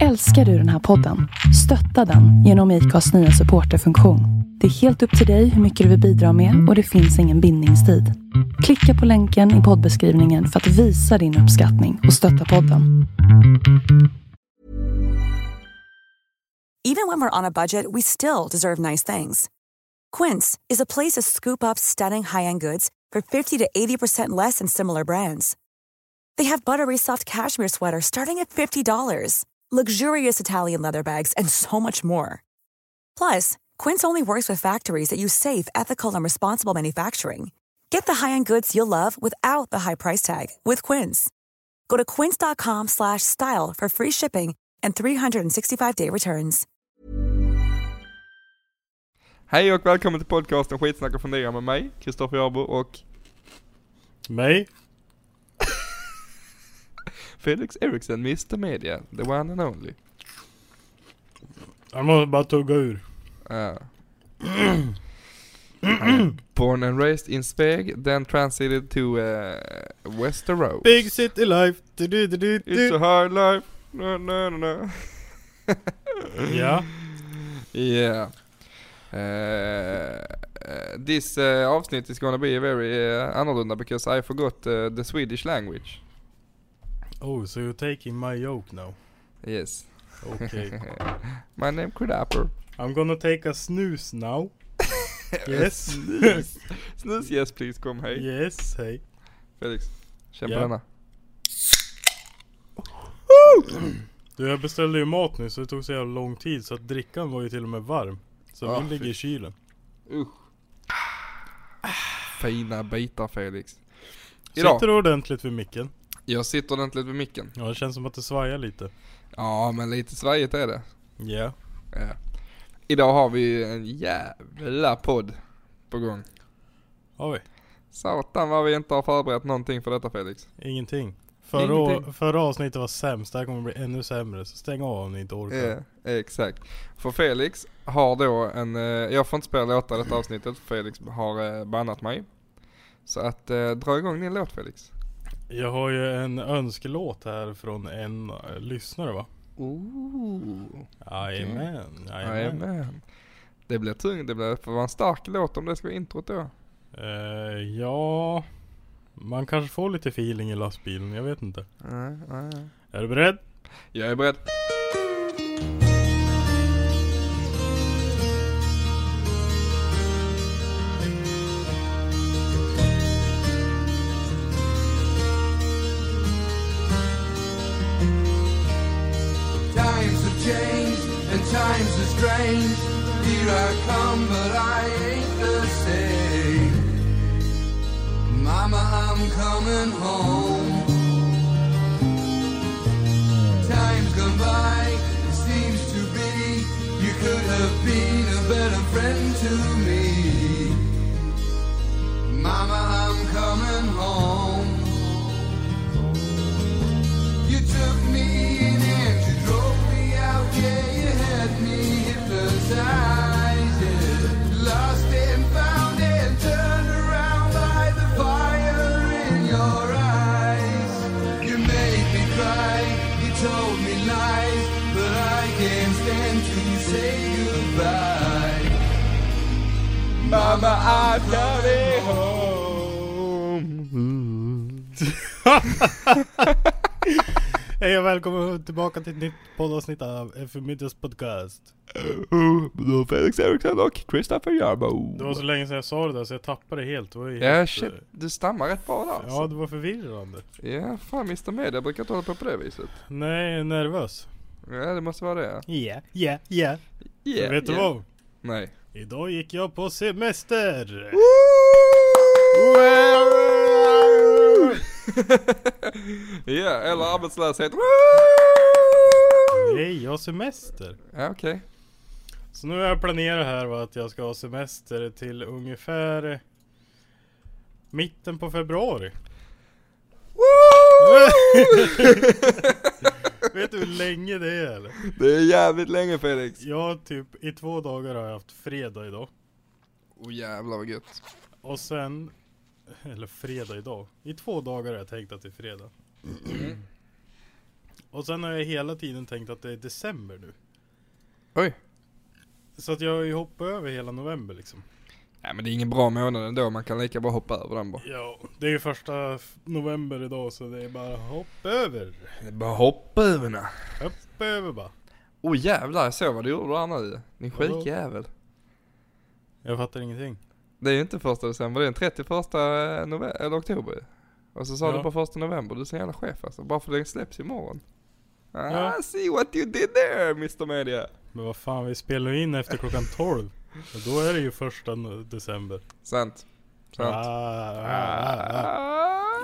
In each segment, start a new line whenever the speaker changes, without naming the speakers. Älskar du den här podden? Stötta den genom IKAs nya supporterfunktion. Det är helt upp till dig hur mycket du vill bidra med och det finns ingen bindningstid. Klicka på länken i poddbeskrivningen för att visa din uppskattning och stötta podden.
Even when we're on a budget, we still deserve nice things. Quince is a place to scoop up stunning high-end goods for 50 to 80% less than similar brands. They have buttery soft cashmere sweaters starting at $50, luxurious Italian leather bags, and so much more. Plus, Quince only works with factories that use safe, ethical, and responsible manufacturing. Get the high-end goods you'll love without the high price tag with Quince. Go to quince.com/style slash style for free shipping and 365-day returns.
Hej och välkommen till podcasten Skitsnack och fundera med mig, Kristoffer Jarbo och
Mig?
Felix Eriksson, Mr Media, the one and only.
Jag måste bara tugga ur.
Uh. I'm Born and raised in Sveg, then transited to uh, Westeros.
Big city life. Du, du, du, du,
It's
du.
a hard life. No, no, no, no.
Ja.
Yeah. Uh, uh, this uh, avsnitt is gonna be very uh, annorlunda because I forgot uh, the Swedish language.
Oh, so you're taking my joke now.
Yes.
Okay.
My name Crudapper.
I'm gonna take a snooze now. Yes.
Snus yes please, kom hej.
yes, hej.
Felix, känn
Ja.
på denna.
Du, jag beställde ju mat nu så det tog så jävla lång tid så att drickan var ju till och med varm. Så
Ja,
min ligger
fy.
i kylen.
Fina bitar Felix. Idag,
Sitter du ordentligt vid micken?
jag sitter ordentligt vid micken.
Ja, det känns som att det svajar lite.
Ja men lite svajigt är det.
Ja.
Ja. Idag har vi en jävla podd på gång.
Har vi?
Satan vad vi inte har förberett någonting för detta Felix.
Ingenting. Förra,
Ingenting.
å- förra avsnittet var sämst, det här kommer bli ännu sämre. Så stäng av om ni inte orkar.
Ja, exakt. För Felix har då en, eh, jag får inte spela låtar i detta avsnittet för Felix har eh, bannat mig. Så att eh, dra igång din låt Felix.
Jag har ju en önskelåt här från en eh, lyssnare va?
Ooh.
Jajamän, jajamän.
Jajamän. Det blir tungt, det blir, får vara en stark låt om det ska vara introt då.
Eh, ja, man kanske får lite feeling i lastbilen, jag vet inte.
Nej, nej, nej.
Är du beredd?
Jag är beredd.
Times have changed and times are strange. Here I come, but I ain't the same. Mama, I'm coming home. Time's gone by, it seems to be. You could have been a better friend to me. Mama, I'm coming home. You took me in and you drove me out, yeah, you had me hypnotized, yeah. Lost and found and turned around by the fire in your eyes. You made me cry, you told me lies, but I can't stand to say goodbye. Mama, I'm coming
Hej och välkommen tillbaka till ett nytt poddavsnitt av Eftermiddags podcast.
Då Felix Eriksson och Christopher Jarbo.
Det var så länge sedan jag sa det där så jag tappade det helt. Det var ju
Ja
helt,
shit,
eh,
du stammar rätt bra där
Ja,
alltså.
det var förvirrande.
Ja, fan Mr Media brukar inte hålla på på det viset.
Nej, jag är nervös.
Ja, det måste vara det.
Ja, ja, ja.
Yeah,
Vet du
yeah.
vad?
Nej.
Idag gick jag på semester!
Ja, eller arbetslöshet.
Nej, jag har semester!
Ja, okej.
Så nu har jag planerat här va, att jag ska ha semester till ungefär eh, mitten på februari. Vet du hur länge det är eller?
Det är jävligt länge Felix.
Jag typ i två dagar har jag haft fredag idag.
Åh jävlar vad gött.
Och sen, eller fredag idag. I två dagar har jag tänkt att det är fredag. Och sen har jag hela tiden tänkt att det är december nu.
Oj.
Så att jag har ju hoppat över hela november liksom.
Nej men det är ingen bra månad ändå, man kan lika bra hoppa över den bara.
Ja, det är ju första f- november idag så det är bara hopp över.
Det är bara hoppa över nu.
Hopp över bara.
Åh oh, jävlar, jag såg vad du gjorde där nu Din
Vadå?
skitjävel.
Jag fattar ingenting.
Det är ju inte första december, det är den 31 november, eller oktober ju. Och så sa
Ja.
du bara första november, du är så jävla chef alltså. Bara för det släpps imorgon. Ah,
Ja.
see what you did there Mr Media.
Men vad fan, vi spelar ju in efter klockan 12. Och då är det ju första no- december.
Sant.
Ah,
Sant.
ah, ah.
Ah.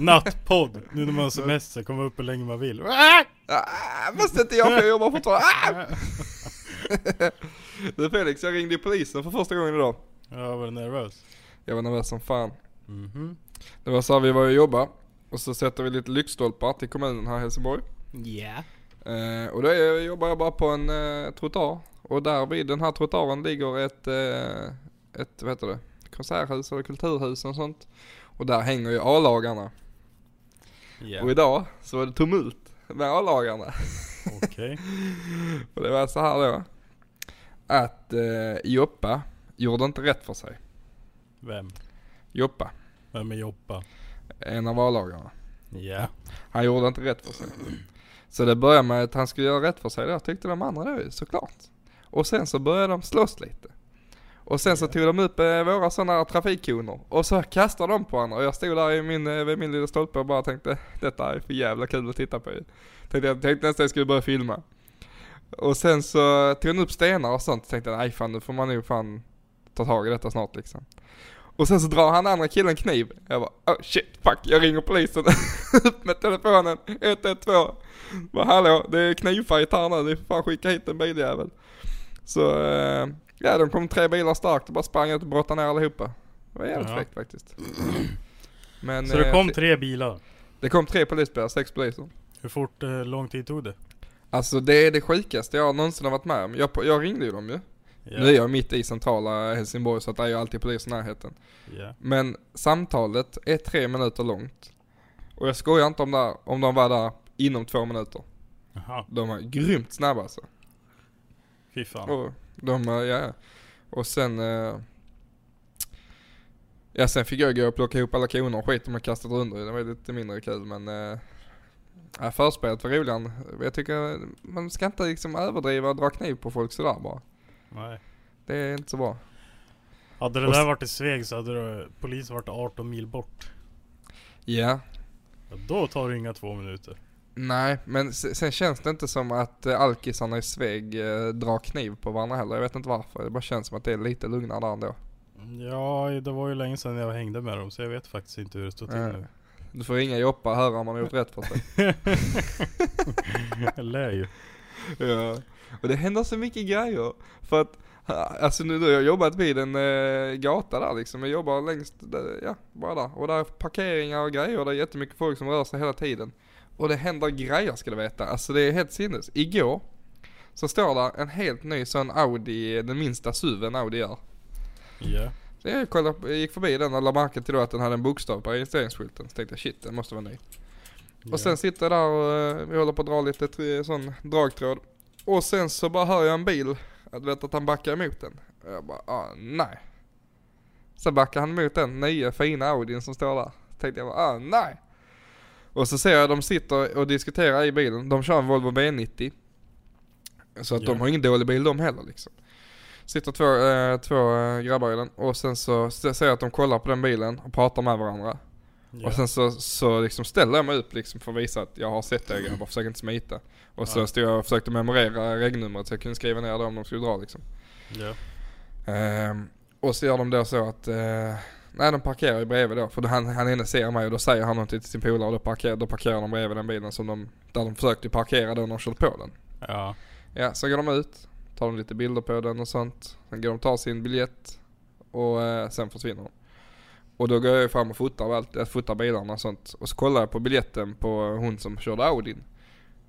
Nattpodd! Nu när man har semester, komma upp hur länge man vill.
Ah, måste inte jag för jag jobbar fortfarande. Ah! Du Felix, jag ringde ju polisen för första gången idag.
Jag var nervös.
Jag var nervös som fan.
Mhm.
Det var så här, vi var och jobbade och så sätter vi lite lyktstolpar till kommunen här i Helsingborg.
Ja.
Eh, och då är, jobbar jag bara på en eh, trottoar och där vid den här trottoaren ligger ett, eh, ett vad heter det, konserthus eller kulturhus och sånt. Och där hänger ju A-lagarna. Och
Yeah.
idag så var det tumult med A-lagarna.
Okej.
Och det var så här då. Att eh, Joppa gjorde inte rätt för sig.
Vem?
Joppa,
Vem är Joppa?
en av A-lagarna.
Ja.
Han gjorde inte rätt för sig. Så det började med att han skulle göra rätt för sig. Det tyckte de andra då ju, såklart. Och sen så började de slåss lite. Och sen så tog de upp eh, våra sådana trafikkoner. Och så kastade de på varandra. Och jag stod där i min, eh, vid min lilla stolpe och bara tänkte detta är för jävla kul att titta på ju. Tänkte, jag tänkte nästan jag skulle börja filma. Och sen så tog han upp stenar och sånt. Tänkte nej fan nu får man nog fan ta tag i detta snart liksom. Och sen så drar han andra killen kniv. Jag bara oh shit fuck jag ringer polisen. upp med telefonen 112. Bara hallå det är knivfight här nu. Ni får fan skicka hit en biljävel. Så eh, ja de kom tre bilar starkt och bara sprang ut och brottade ner allihopa. Det var jävligt
Ja.
fräckt faktiskt. Men,
Så det
eh,
kom
t-
tre bilar.
det kom tre polisbilar, sex poliser.
Hur fort, eh, lång tid tog det?
Alltså det är det sjukaste jag någonsin har varit med om. Jag, jag ringde ju dem ju.
Ja.
Nu är jag mitt i centrala Helsingborg så att det är ju alltid polis i närheten.
Ja.
Men samtalet är tre minuter långt. Och jag skojar inte om, där, om de var där inom två minuter.
Jaha,
De var grymt snabba alltså.
fy fan.
Och de, eh, ja. Och sen... eh, Ja sen fick jag gå och plocka ihop alla koner och skit de har kastat under Det var lite mindre kul men... eh, Ja, förspelet var roligare. Jag tycker man ska inte liksom överdriva och dra kniv på folk sådär bara.
Nej.
Det är inte så bra.
Hade det
Och s-
där varit i Sveg så hade det, polisen varit 18 mil bort.
Ja.
Ja, då tar det inga två minuter.
Nej, men se- sen känns det inte som att eh, alkisarna i Sveg eh, drar kniv på varandra heller. Jag vet inte varför. Det bara känns som att det är lite lugnare där ändå.
Ja, det var ju länge sedan jag hängde med dem så jag vet faktiskt inte hur det står till
Nej.
nu.
Du får ringa Joppa och höra om han har gjort rätt för sig.
Jag lär ju.
Ja, och det händer så mycket grejer. För att, alltså nu har jag jobbat vid en eh, gata där liksom. Jag jobbar längst, där, ja, bara där. Och där är parkeringar och grejer. Och det är jättemycket folk som rör sig hela tiden. Och det händer grejer ska du veta. Alltså det är helt sinnes. Igår så står där en helt ny sån Audi, den minsta SUVen Audi gör.
Ja.
Så jag, kollade, jag gick förbi den och la märke till då att den hade en bokstav på registreringsskylten. Så tänkte jag shit, den måste vara ny.
ja.
Och sen sitter jag där och eh, vi håller på att dra lite tr- sån dragtråd. Och sen så bara hör jag en bil, att vet att han backar emot den. Och jag bara, ah, nej. Sen backar han emot den nya fina Audin som står där. Tänkte jag bara, ah, nej. Och så ser jag de sitter och diskuterar i bilen. De kör en Volvo V90. Så att de
Ja.
har ingen dålig bil de heller liksom. Sitter två, eh, två eh, grabbar i den och sen så ser jag att de kollar på den bilen och pratar med varandra.
ja.
Och sen så, så liksom ställde jag mig upp liksom för att visa att jag har sett det jag bara försöker inte smita. Och så
Ja.
stod jag och försökte memorera regnumret så jag kunde skriva ner det om de skulle dra liksom.
ja.
Ehm, och så gör de då så att, eh, nej de parkerar ju bredvid då för då han, han ene ser mig och då säger han någonting till sin polare och då parkerar, då parkerar de bredvid den bilen som de, där de försökte parkera då när de körde på den.
Ja.
Ja, så går de ut, tar de lite bilder på den och sånt. Sen går de och tar sin biljett och eh, sen försvinner de. Och då går jag ju fram och fotar, och allt, jag fotar bilarna och sånt. Och så kollar jag på biljetten på hon som körde Audin.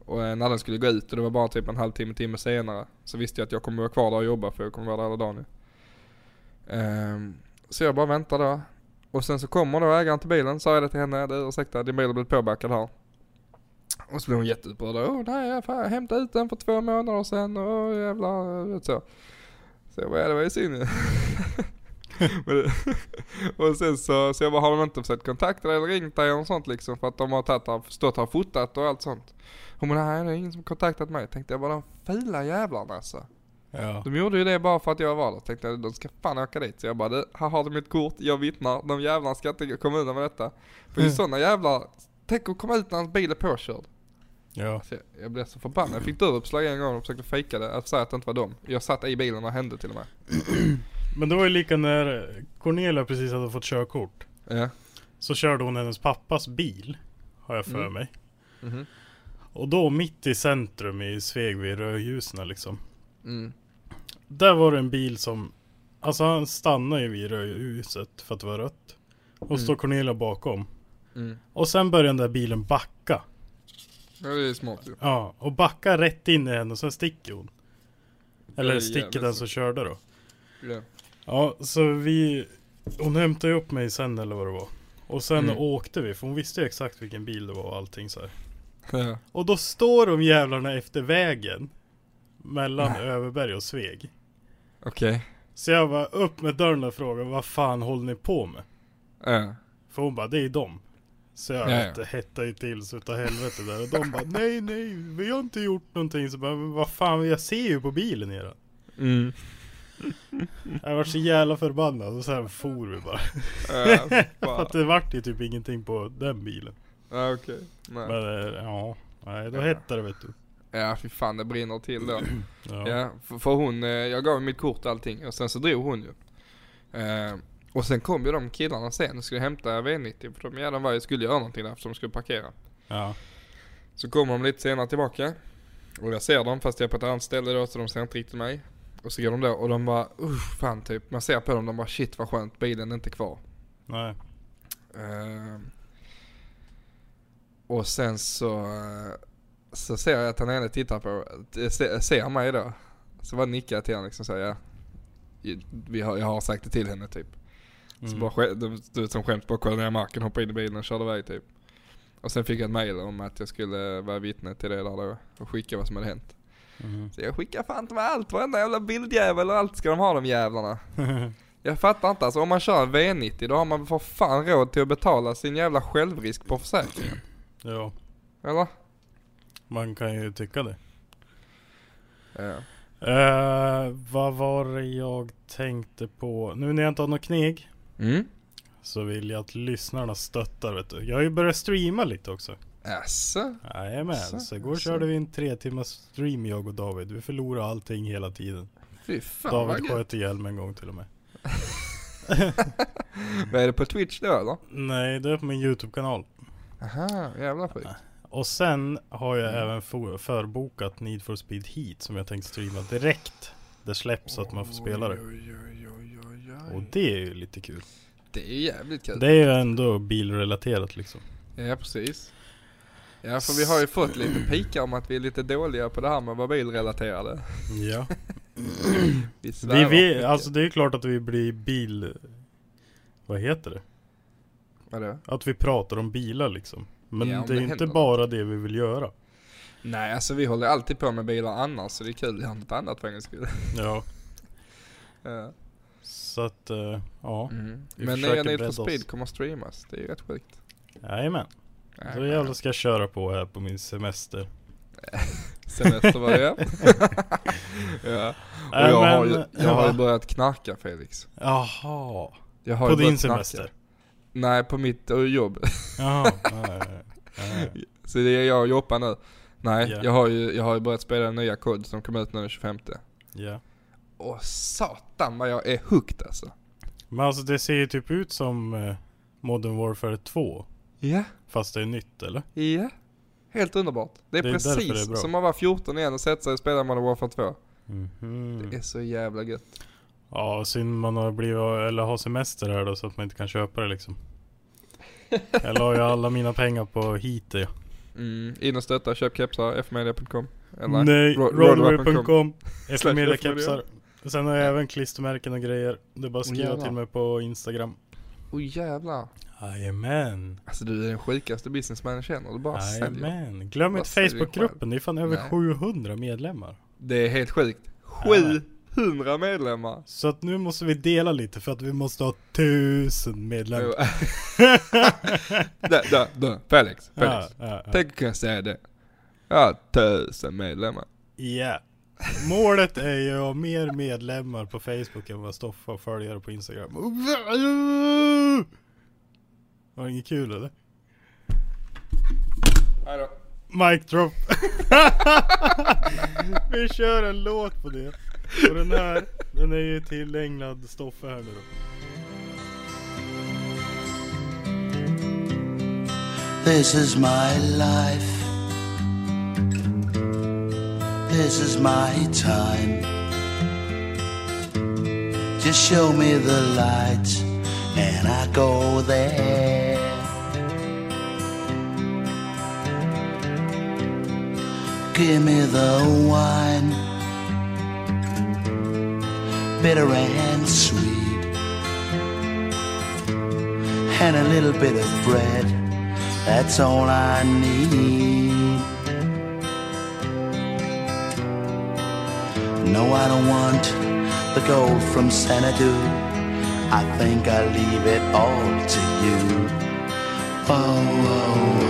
Och eh, när den skulle gå ut och det var bara typ en halvtimme, timme senare. Så visste jag att jag kommer vara kvar där och jobba för jag kommer vara där hela dagen nu. Ehm, så jag bara väntar där. Och sen så kommer då ägaren till bilen, sa jag det till henne, du ursäkta din bil har blivit påbackad här. Och så blev hon jätteupprörd. Åh nej, jag fan, jag hämtade ut den för två månader sedan. Åh jävlar, vet så. Så jag bara, ja, det var ju synd. Men det- och sen så, så jag bara, har de inte försökt kontakta dig eller ringt dig eller sånt liksom? För att de har tagit, här- stått här och fotat och allt sånt. Hon bara, nej det är ingen som kontaktat mig. Tänkte jag bara, de fula jävlarna alltså.
Ja.
De gjorde ju det bara för att jag var där. Tänkte jag, de ska fan åka dit. Så jag bara, du, här har de mitt kort, jag vittnar. De jävlarna ska inte komma undan med detta. För det är sådana jävlar, tänk att komma ut när hans bil är påkörd.
Ja.
Så jag, Alltså, jag blev så förbannad. Jag fick dörruppslag en gång och försökte fejka det. Att säga att det inte var dem. Jag satt i bilen och hände till och med.
Men det var ju lika när Cornelia precis hade fått körkort.
Ja.
Så körde hon hennes pappas bil. Har jag för
Mm.
mig.
Mhm.
Och då mitt i centrum i Sveg vid rödljusen liksom.
Mm.
Där var det en bil som Alltså han stannade ju vid rödljuset för att det var rött Och står Cornelia bakom
Mm.
Och sen började den där bilen backa
Ja, det är ju smart ju.
Ja, och backa rätt in i henne och sen sticker hon
Det är
Eller sticker
jävligt
den
så.
som körde då
Ja.
Ja, så vi Hon hämtade ju upp mig sen eller vad det var Och sen
Mm.
åkte vi för hon visste ju exakt vilken bil det var och allting så här.
Ja.
Och då står de jävlarna efter vägen Mellan
Mm.
Överberg och Sveg
Okej.
Så jag var upp med dörren och frågade vad fan håller ni på med?
Ja.
För hon bara, det är dem. Så jag
Ja, ja.
vet, det hettade ju till så utav helvete där. Och de bara, nej nej, vi har inte gjort någonting. Så bara, men vad fan, jag ser ju på bilen era.
Mm.
Jag var så jävla förbannad och sen for vi bara.
Ja,
För
fan.
att det vart ju typ ingenting på den bilen.
Ja, okej. Nej.
Men eh, ja, nej då hette det vet du.
Ja, fy fan det brinner till då.
Ja.
Ja, för, för hon, eh, jag gav mitt kort och allting och sen så drog hon ju. Eh, och sen kom ju de killarna sen och skulle hämta V90 för de jävlarna var ju, skulle göra någonting där eftersom de skulle parkera.
Ja.
Så kommer de lite senare tillbaka och jag ser dem fast jag är på ett annat ställe då så de ser inte riktigt mig. Och så går de då och de bara usch fan typ, man ser på dem de bara shit vad skönt bilen är inte kvar.
Nej.
Ehm. och sen så, eh, så ser jag att han ene tittar på, eh, se- ser mig då. Så bara nickar jag till honom liksom säger ja. Vi har, jag har sagt det till henne typ. Så
Mm.
bara, skä- de- du vet, som skämt bara kollade ner marken, hoppade in i bilen och körde iväg typ. Och sen fick jag ett mail om att jag skulle vara vittne till det där då och skicka vad som hade hänt.
Mhm.
Så jag skickar fan inte med allt, varenda jävla bildjävel och allt ska de ha de jävlarna. Jag fattar inte alltså, om man kör en V90 då har man för fan råd till att betala sin jävla självrisk på försäkringen.
ja,
Eller?
man kan ju tycka det.
Ja.
Eh, vad var det jag tänkte på? Nu när jag inte har något kneg.
Mm.
Så vill jag att lyssnarna stöttar vet du. Jag har ju börjat streama lite också.
Jaså?
Jajamän,
Så,
så igår
så.
körde vi en tre timmars stream jag och David. Vi förlorade allting hela tiden.
Fy fan vad
David
gött.
sköt ihjäl mig en gång till och med.
Vad är det på Twitch då eller?
Nej, det är på min YouTube-kanal.
Aha, jävla sjukt.
Och sen har jag
Mm.
även for- förbokat Need for Speed Heat som jag tänkte streama direkt. Det släpps så att man får spela det.
Oj, oj, oj, oj, oj.
Och det är ju lite kul.
Det är ju jävligt kul.
Det är ju ändå bilrelaterat liksom.
Ja precis. Ja för vi har ju fått lite pikar om att vi är lite dåliga på det här med att vara bilrelaterade.
Ja.
Vi
Vi,
svärar
vi,
mycket.
alltså det är ju klart att vi blir bil... Vad heter det?
Vadå?
Att vi pratar om bilar liksom. Men
Ja, om
det
det
är inte
händer
bara det vi vill göra.
Nej alltså vi håller alltid på med bilar annars så det är kul att göra något annat för en gångs skull.
Ja.
Ja.
Så att, eh, ja.
Mm.
Vi
Men nya
försöker
Need for
bredda
Speed
oss.
kommer att streamas, det är ju rätt sjukt.
Jajamän.
Ja,
Så jävlar ska jag köra på här på min semester.
Semester var det ja. Och
Nej,
jag, har ju,
men-
jag har ju
va?
börjat knarka Felix.
Jaha.
Jag har
På
ju
din
börjat knarka.
semester?
Nej, på mitt eh, jobb.
Jaha. Ja, ja, ja, ja.
Så det är jag och Joppa nu. Nej,
Ja.
jag, har ju, jag har ju börjat spela den nya kod som kom ut nu den 25.
Ja.
Och satan vad jag är hooked alltså.
Men alltså det ser ju typ ut som eh, Modern Warfare 2.
Ja,
Fast det är nytt eller?
ja. Helt underbart. Det är
Det är därför
precis
det är bra.
som att vara 14 igen och sätta sig och spela Modern Warfare 2. Det
Mhm.
är så jävla gött.
Ja, synd man har blivit, eller har semester här då så att man inte kan köpa det liksom. Jag la ju alla mina pengar på heat ja.
Mm, in och stötta, köp kepsar, fmedia.com. Eller?
Nej,
Ro-
roadwear.com
Slash
Eftermiddag
FMedia.
kepsar Sen har jag även klistermärken och grejer Det är bara att skriva
Jävlar.
till mig på Instagram
Åh jävlar.
Jajamän.
Alltså du är den sjukaste businessman jag känner. Du bara säljer.
Jajamän. Glöm
Bara
inte
säljer själv.
Facebookgruppen. Det är fan över
Nej.
700 medlemmar.
Det är helt sjukt. 700 medlemmar.
Så att nu måste vi dela lite för att vi måste ha 1000 medlemmar.
Dö, dö, dö. Felix,
Ja,
Felix.
ja, ja.
Tänk att kunna säga det. Jag har tusen medlemmar.
Ja. Målet är ju att ha mer medlemmar på Facebook än vad Stoffa har följare på Instagram. Oh, Var det inget kul eller?
Hejdå.
Mic drop. Vi kör en låt på det. Och den här, den är ju tillägnad Stoffe här nu då.
This is my life. This is my time. Just show me the light and I go there. Give me the wine, bitter and sweet, and a little bit of bread. That's all I need. No, I don't want the gold from Xanadu. I think I leave it all to you. Oh, oh,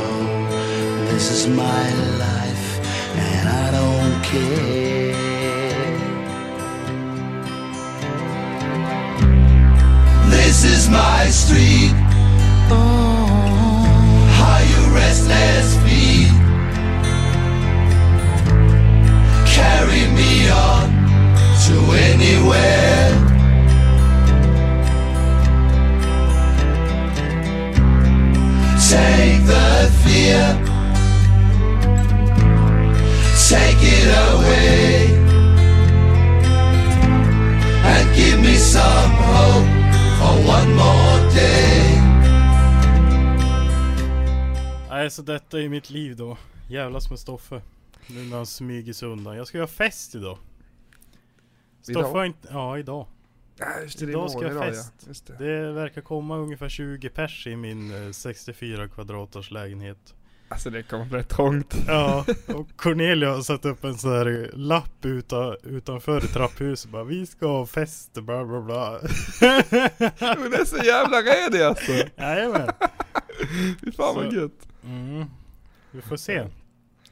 oh. this is my life, and I don't care. This is my street. Are your restless feet? Carry me on to anywhere. Take the fear, take it away, and give me some hope for one more day.
Nej, så detta är mitt liv då. Jävlas med Stoffe. Nu när han smyger sig undan. Jag ska göra fest idag. Stoffe har inte... Ja, idag.
Ja, just det, det är
Idag ska
imorgon
jag
idag,
fest.
Ja. Just det.
Det verkar komma ungefär 20 pers i min eh, 64 kvadratars lägenhet.
Alltså det kommer bli trångt.
Ja, och Cornelia har satt upp en sån här lapp uta, utanför trapphuset bara Vi ska ha fest, bla bla bla.
Hon är så jävla redig alltså.
Jajamän.
Fy fan vad
Så-
gött.
Mm. Vi får se.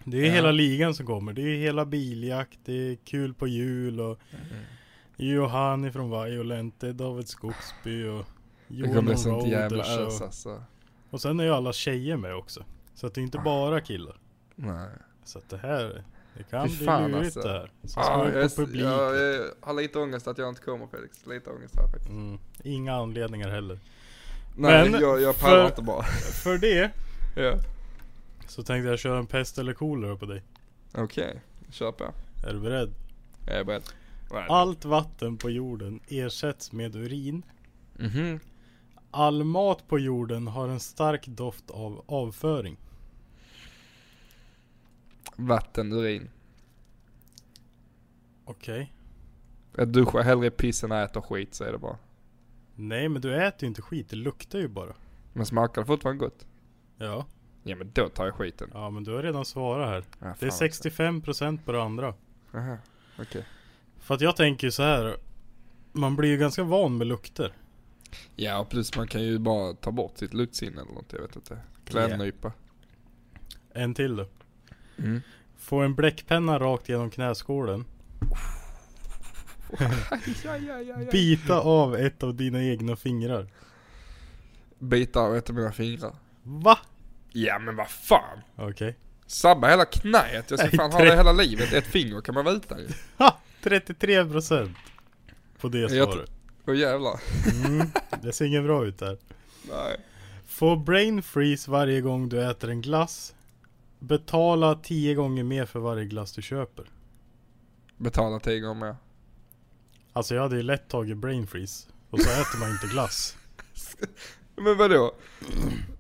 Det är ju hela ligan som kommer. Det är ju hela biljakt, det är kul på jul och
Mm.
Johanni från Violente, David Skogsby och
Det kommer bli
Jonas
sånt jävla ös
Roders. Och,
alltså.
och sen är ju alla tjejer med också. Så att det är inte bara killar.
Nej.
Så att det här, det kan
Fy
bli
fan,
lurigt
alltså.
det här. Så
Ah,
ska
jag,
vi
är-
på publik.
jag, eh, har lite ångest att jag inte kommer Felix. Lite ångest här faktiskt.
Mm. Inga anledningar heller.
Nej,
Men
jag, jag
för-
pallar inte bara.
För det
ja.
så tänkte jag köra en pest eller kolera på dig.
Okej, kör på.
Är du beredd?
Jag är beredd. Right.
Allt vatten på jorden ersätts med urin.
Mhm.
All mat på jorden har en stark doft av avföring.
Vatten, urin.
Okej.
Jag duschar hellre i piss än jag äter skit så är det bra.
Nej men du äter ju inte skit, det luktar ju bara.
Men smakar det fortfarande gott?
Ja.
Ja men då tar jag skiten.
Ja men du har redan svarat här.
Ja,
Det är
fan
65% på det andra.
också. Aha, okej.
För att jag tänker ju så här. Man blir ju ganska van med lukter.
Ja och plus man kan ju bara ta bort sitt luktsinne eller något, jag vet inte. Klädnypa.
En till då.
Mm.
Få en bläckpenna rakt genom knäskålen.
Ja, ja, ja, ja.
Bita av ett av dina egna fingrar.
Bitar av ett av mina fingrar.
Va?
Ja men vad fan.
Okej.
Sabba hela knäet, jag ska
Nej,
fan ha
tre-
det hela livet. Ett finger kan man vara utan ju.
Ha! 33% på det
Jag
svaret.
Åh jävlar.
Mm, det ser inget bra ut där.
Nej.
Få brain freeze varje gång du äter en glass. Betala 10 gånger mer för varje glass du köper.
Betala tio gånger mer.
Alltså jag hade ju lätt tagit brain freeze. Och så äter man inte glass.
Men vadå?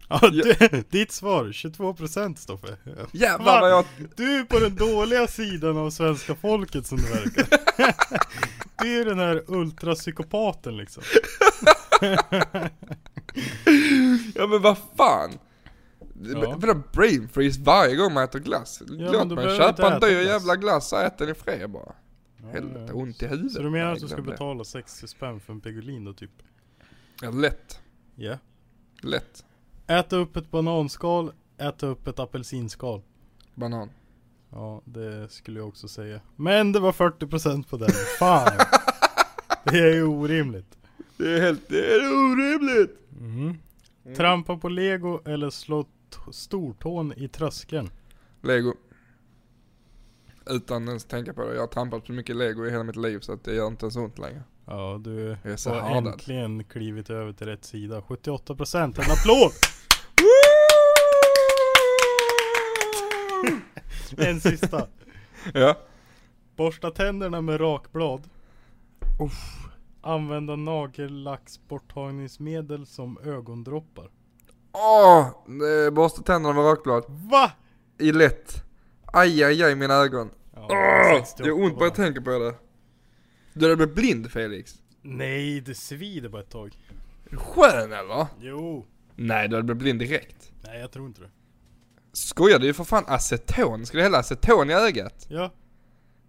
Ja, du, ditt svar, 22% Stoffe.
Jävlar vad jag...
Du är på den dåliga sidan av svenska folket som det verkar. Du är den här ultrapsykopaten liksom.
ja men vad fan.
Ja.
Vadå brain freeze varje gång man äter glass? Låt
då behöver
mig
vi inte
köpa en
äta
dyr
glass.
jävla glass och äta den i fred bara.
Ja,
Helvete,
ja.
ont i huvudet.
Så du menar
Nej,
att du ska
glöm det.
betala 60 spänn för en Pigolin då typ?
Ja, lätt.
Ja.
Lätt.
Äta upp ett bananskal, äta upp ett apelsinskal.
Banan.
Ja, det skulle jag också säga. Men det var 40% på den. Fan! det är ju orimligt.
Det är helt, det är orimligt! Mm.
Trampa på lego eller slå t- stortån i tröskeln.
Lego. Utan ens tänka på det. Jag har trampat så mycket lego i hela mitt liv så att det gör inte ens ont längre.
Ja, du
Jag är så
har
härdad.
äntligen klivit över till rätt sida. 78%, en applåd! en sista.
Ja.
Borsta tänderna med rakblad. Uff. Använda nagellacksborttagningsmedel som ögondroppar.
Åh! eh, Borsta tänderna med rakblad.
Va?
I lätt. Aj, aj, aj mina ögon.
Ja,
Åh!
68
Det gör ont bara
var
jag
det.
tänker på det. Du hade blivit blind Felix.
Nej, det svider bara ett tag.
Är du skön eller?
Jo.
Nej, du hade blivit blind direkt.
Nej, jag tror inte det.
Skojar du? är ju för fan aceton. Ska du hälla aceton i ögat?
Ja,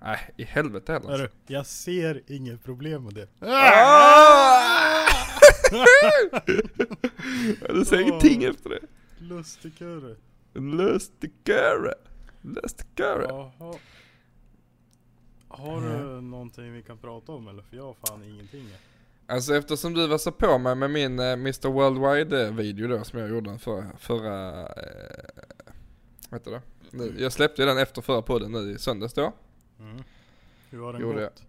Nej, i helvete heller.
hörru. Jag ser inget problem med det.
Ja, Ah! du säger ingenting efter det.
Lustigkurre.
Lustigare. Lustigare.
Jaha. Har
Eh.
du någonting vi kan prata om eller? För jag har fan ingenting.
Alltså eftersom du var så på mig med min eh, Mr Worldwide eh, video då som jag gjorde den förra, förra eh, vad heter det? Nu, jag släppte ju den efter förra podden nu i söndags då.
Hur har den
Gjorde
gått?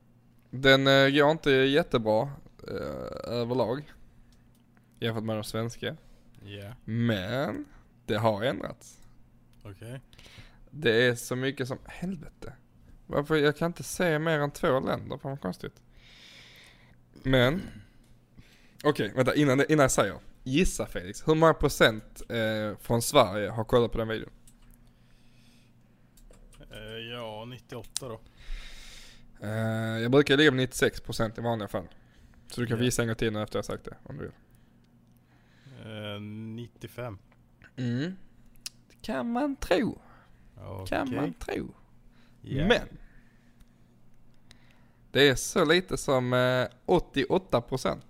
Den eh, går inte jättebra eh, överlag. Jämfört med de svenska.
Ja.
Men det har ändrats.
Okej.
Det är så mycket som, helvete. Varför, jag kan inte se mer än två länder, fan vad konstigt. Men, okej vänta innan, det- innan jag säger. Gissa Felix, hur många procent eh, från Sverige har kollat på den videon?
Eh, ja, 98 då.
Eh, jag brukar ligga på 96 procent i vanliga fall. Så du kan
Ja.
visa en gång till nu efter jag sagt det om du vill.
Eh, 95.
Mm. Det kan man tro,
Okej.
kan man tro.
Ja.
Men. Det är så lite som eh, 88 procent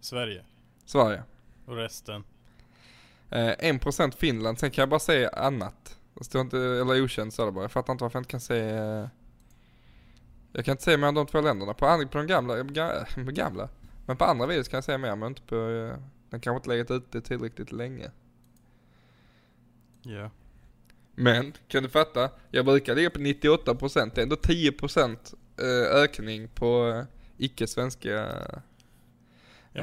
Sverige.
Sverige.
Och resten.
Eh, 1% Finland, sen kan jag bara säga annat. Det står inte, eller okänt så är det bara. Jag fattar inte varför jag inte kan säga... Eh, jag kan inte säga mer om de två länderna. På, an- på de gamla, eh, ga- på gamla. Men på andra videos kan jag säga mer, men inte på... Eh, den kanske inte legat ute tillräckligt länge.
Ja.
Men, kan du fatta? Jag brukar ligga på 98%, det är ändå 10% eh, ökning på eh, icke-svenska...
Ja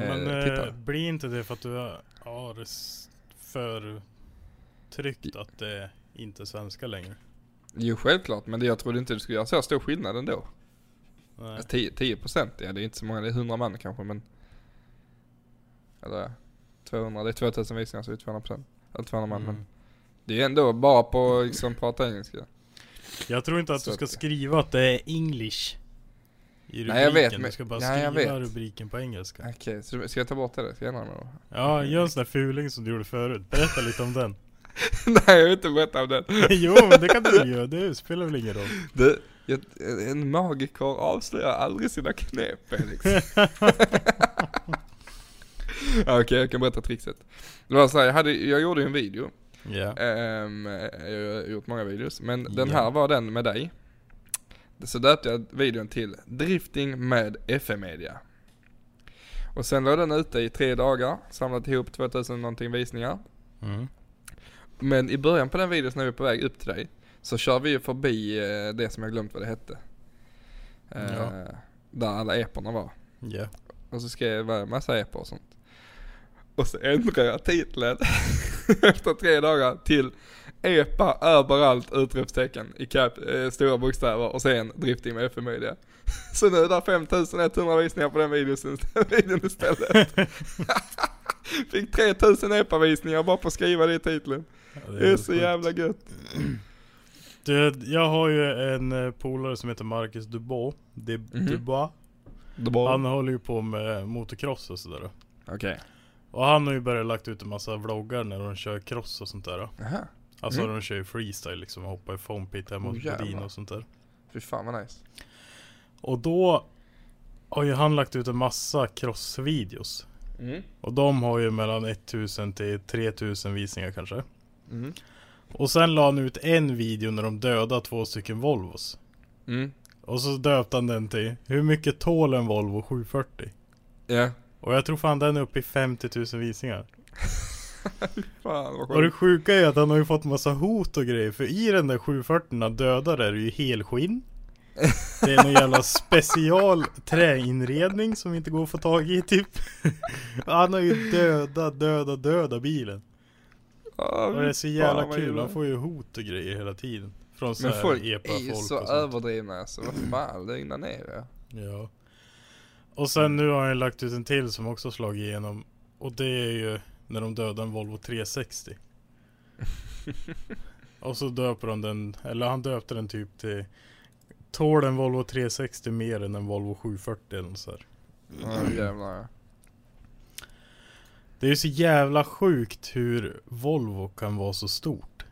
Eh,
men eh,
tittare.
blir inte det för att du har har det s- för tryckt att det inte är svenska längre?
Jo, självklart, men det, jag trodde inte det skulle göra så stor skillnad ändå.
Nej.
Alltså 10, 10%, ja det är inte så många, det är 100 man kanske men... Eller ja, 200, det är 2000 visningar så det är 200%. Eller 200 man men... Det är ändå bara på liksom prata engelska.
Jag tror inte att
Så
du ska
att-
skriva att det är English i rubriken.
Nej, jag vet,
Du
men-
ska bara
nej, jag
skriva
vet.
rubriken på engelska.
Okej, så ska jag ta bort det? Ska jag ändra mig då?
Ja, gör en sån där fuling som du gjorde förut. Berätta lite om den.
Nej jag vill inte berätta om den.
jo, men det kan du väl göra. Det spelar väl ingen roll.
Du, jag, en magiker avslöjar aldrig sina knep Felix. Ja, Okej jag kan berätta trixet. Det var så här, jag, hade, jag gjorde ju en video.
Ja.
Ehm, jag har gjort många videos, men den
Ja.
här var den med dig. Så döpte jag videon till Drifting med FM-media. Och sen låg den ute i tre dagar, samlat ihop 2000 någonting visningar.
Mm.
Men i början på den videon när vi är på väg upp till dig, så kör vi ju förbi eh, det som jag glömt vad det hette. Eh,
Ja.
Där alla eporna var.
Ja.
Och så skrev jag en massa epor och sånt. Och så ändrade jag titeln efter tre dagar till Epa överallt utropstecken i cap, eh, stora bokstäver och sen drifting med FM Media. Så nu är det 5100 visningar på den videon, videon istället. Fick 3000 epa-visningar bara på att skriva det i titeln. Det är så
sjukt.
jävla gött.
Du, jag har ju en eh, polare som heter Marcus Dubois. De,
Mhm.
Dubois. Han håller ju på med motocross och sådär.
Okej.
Och han har ju börjat lagt ut en massa vloggar när de kör cross och sånt där.
Aha.
Alltså
Mm.
de kör ju freestyle liksom och hoppar i foampit hemma
Oh,
hos Bodin
jävlar.
och sånt där.
Fy fan vad nice.
Och då har ju han lagt ut en massa crossvideos.
Mm.
Och de har ju mellan 1000 till 3000 visningar kanske.
Mm.
Och sen la han ut en video när de dödade två stycken Volvos.
Mm.
Och så döpte han den till Hur mycket tål en Volvo 740?
Ja.
Och jag tror fan den är uppe i 50 000 visningar.
Fan vad
Och det
sjukt.
sjuka är att han har ju fått massa hot och grejer för i den där 740 dödar är det ju helskinn. Det är någon jävla special träinredning som inte går att få tag i typ. Han har ju döda, döda, döda bilen.
Ja,
Och det är så
fy fan,
jävla
vad
kul,
gillar.
han får ju hot och grejer hela tiden. Från så
Men
här
folk
epa
är ju
folk
så
och sånt.
överdrivna alltså. Vad fan, lugna ner er.
Ja. Och
Mm.
sen nu har han ju lagt ut en till som också slagit igenom. Och det är ju när de dödar en Volvo 360. och så döper de den, eller han döpte den typ till Tål en Volvo 360 mer än en Volvo 740 eller nåt så här.
Ja, jävlar ja.
Det är ju så jävla sjukt hur Volvo kan vara så stort.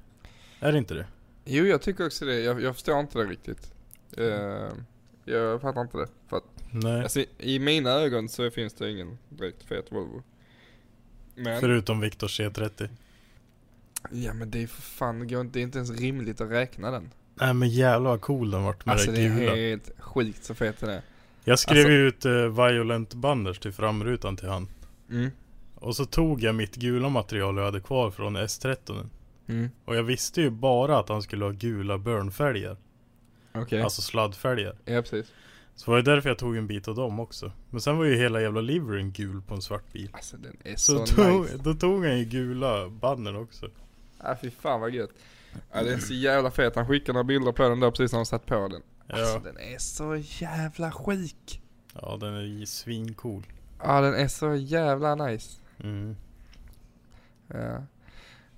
Är det inte det?
Jo, jag tycker också det. Jag, jag förstår inte det riktigt. Eh, jag fattar inte det. För att,
Nej.
alltså, I mina ögon så finns det ingen direkt fet Volvo. Men,
Förutom Victor C30.
ja men det är för fan, det, går inte, det är inte ens rimligt att räkna den.
Nej men jävlar vad cool den vart med
Alltså
det
det är
gula.
helt sjukt så fet den är.
Jag skrev
Alltså-
ju ut eh, Violent Banners till framrutan till han.
Mm.
Och så tog jag mitt gula material jag hade kvar från S13.
Mm.
Och jag visste ju bara att han skulle ha gula burnfälgar.
Okej.
Alltså sladdfälgar.
Ja precis.
Så det var ju därför jag tog en bit av dem också. Men sen var ju hela jävla liveryn gul på en svart bil.
Alltså den är
Så,
så,
tog,
nice.
då tog han ju gula bannern också.
Ja Äh, fy fan vad gött. Ja den är så jävla fet. Han skickade några bilder på den då precis när han satt på den. Alltså
Ja,
den är så jävla sjuk.
ja den är ju svincool.
Ja den är så jävla nice.
Mm.
Ja.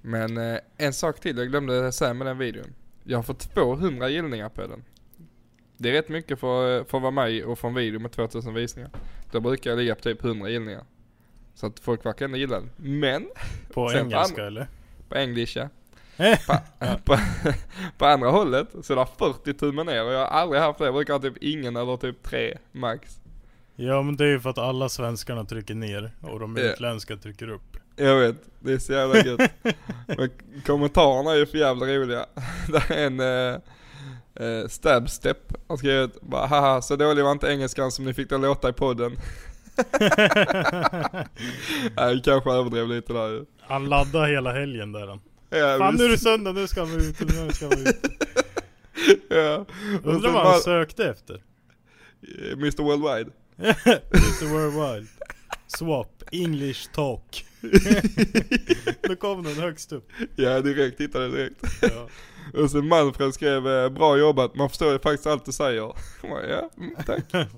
Men eh, en sak till jag glömde säga med den videon. Jag har fått 200 gillningar på den. Det är rätt mycket för, för att vara mig och för en video med 2000 visningar. Då brukar jag ligga på typ 100 gillningar. Så att folk verkar ändå gilla den. Men
På
Sen
engelska
fan-
eller?
på engelska.
Eh.
på, eh, på, på andra hållet så är det 40 tummen ner och jag har aldrig haft det. Jag brukar ha typ ingen eller typ tre max.
Ja men det är ju för att alla svenskarna trycker ner och de
Ja.
utländska trycker upp.
Jag vet, det är så jävla gött. Men kommentarerna är ju för jävla roliga. Det är en eh, eh, stabstep. Han skrivit bara haha så dålig var inte engelskan som ni fick det att låta i podden. Nej vi kanske överdrev lite där ju.
Han laddade hela helgen där han.
Ja,
Fan nu är det
visst.
söndag, nu ska han vara ute, nu ska han vara ute.
ja. Och
Undrar
så
vad han
bara,
sökte efter?
eh, Mr Worldwide.
Mr Worldwide. Swap, English talk. Då kom den högst upp.
Ja direkt, hittade det direkt.
Ja.
Och sen Manfred skrev eh, bra jobbat, man förstår ju faktiskt allt du säger. Jag bara, ja, mm, tack.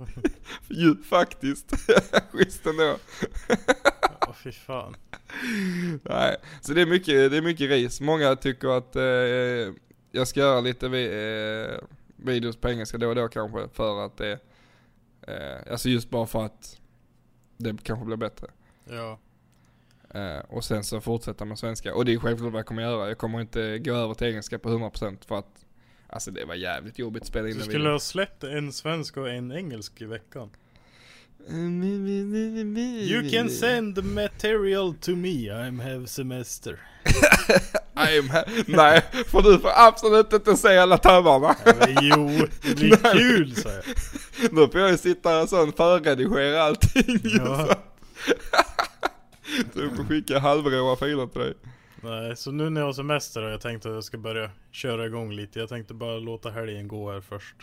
Ju, faktiskt. Schysst ändå.
Åh fy fan.
Nej, så det är mycket, det är mycket ris. Många tycker att eh, jag ska göra lite vi, eh, videos på engelska då och då kanske för att det, eh, alltså just bara för att det kanske blir bättre.
Ja.
Eh, och sen så fortsätta med svenska. Och det är självklart vad jag kommer göra. Jag kommer inte gå över till engelska på 100% för att alltså det var jävligt jobbigt att spela in
Du
en
skulle
video.
ha släppt en svensk och en engelsk i veckan. You can send material to me, I'm have semester.
I'm ha- Nej, för du får absolut inte se alla tabbarna.
Men Jo, det blir kul sa jag.
Då får jag ju sitta och sån förredigera allting ju
Ja.
så. Du får skicka halvråa filer till dig.
Nej, så nu när jag har semester har jag tänkt att jag ska börja köra igång lite. Jag tänkte bara låta helgen gå här först.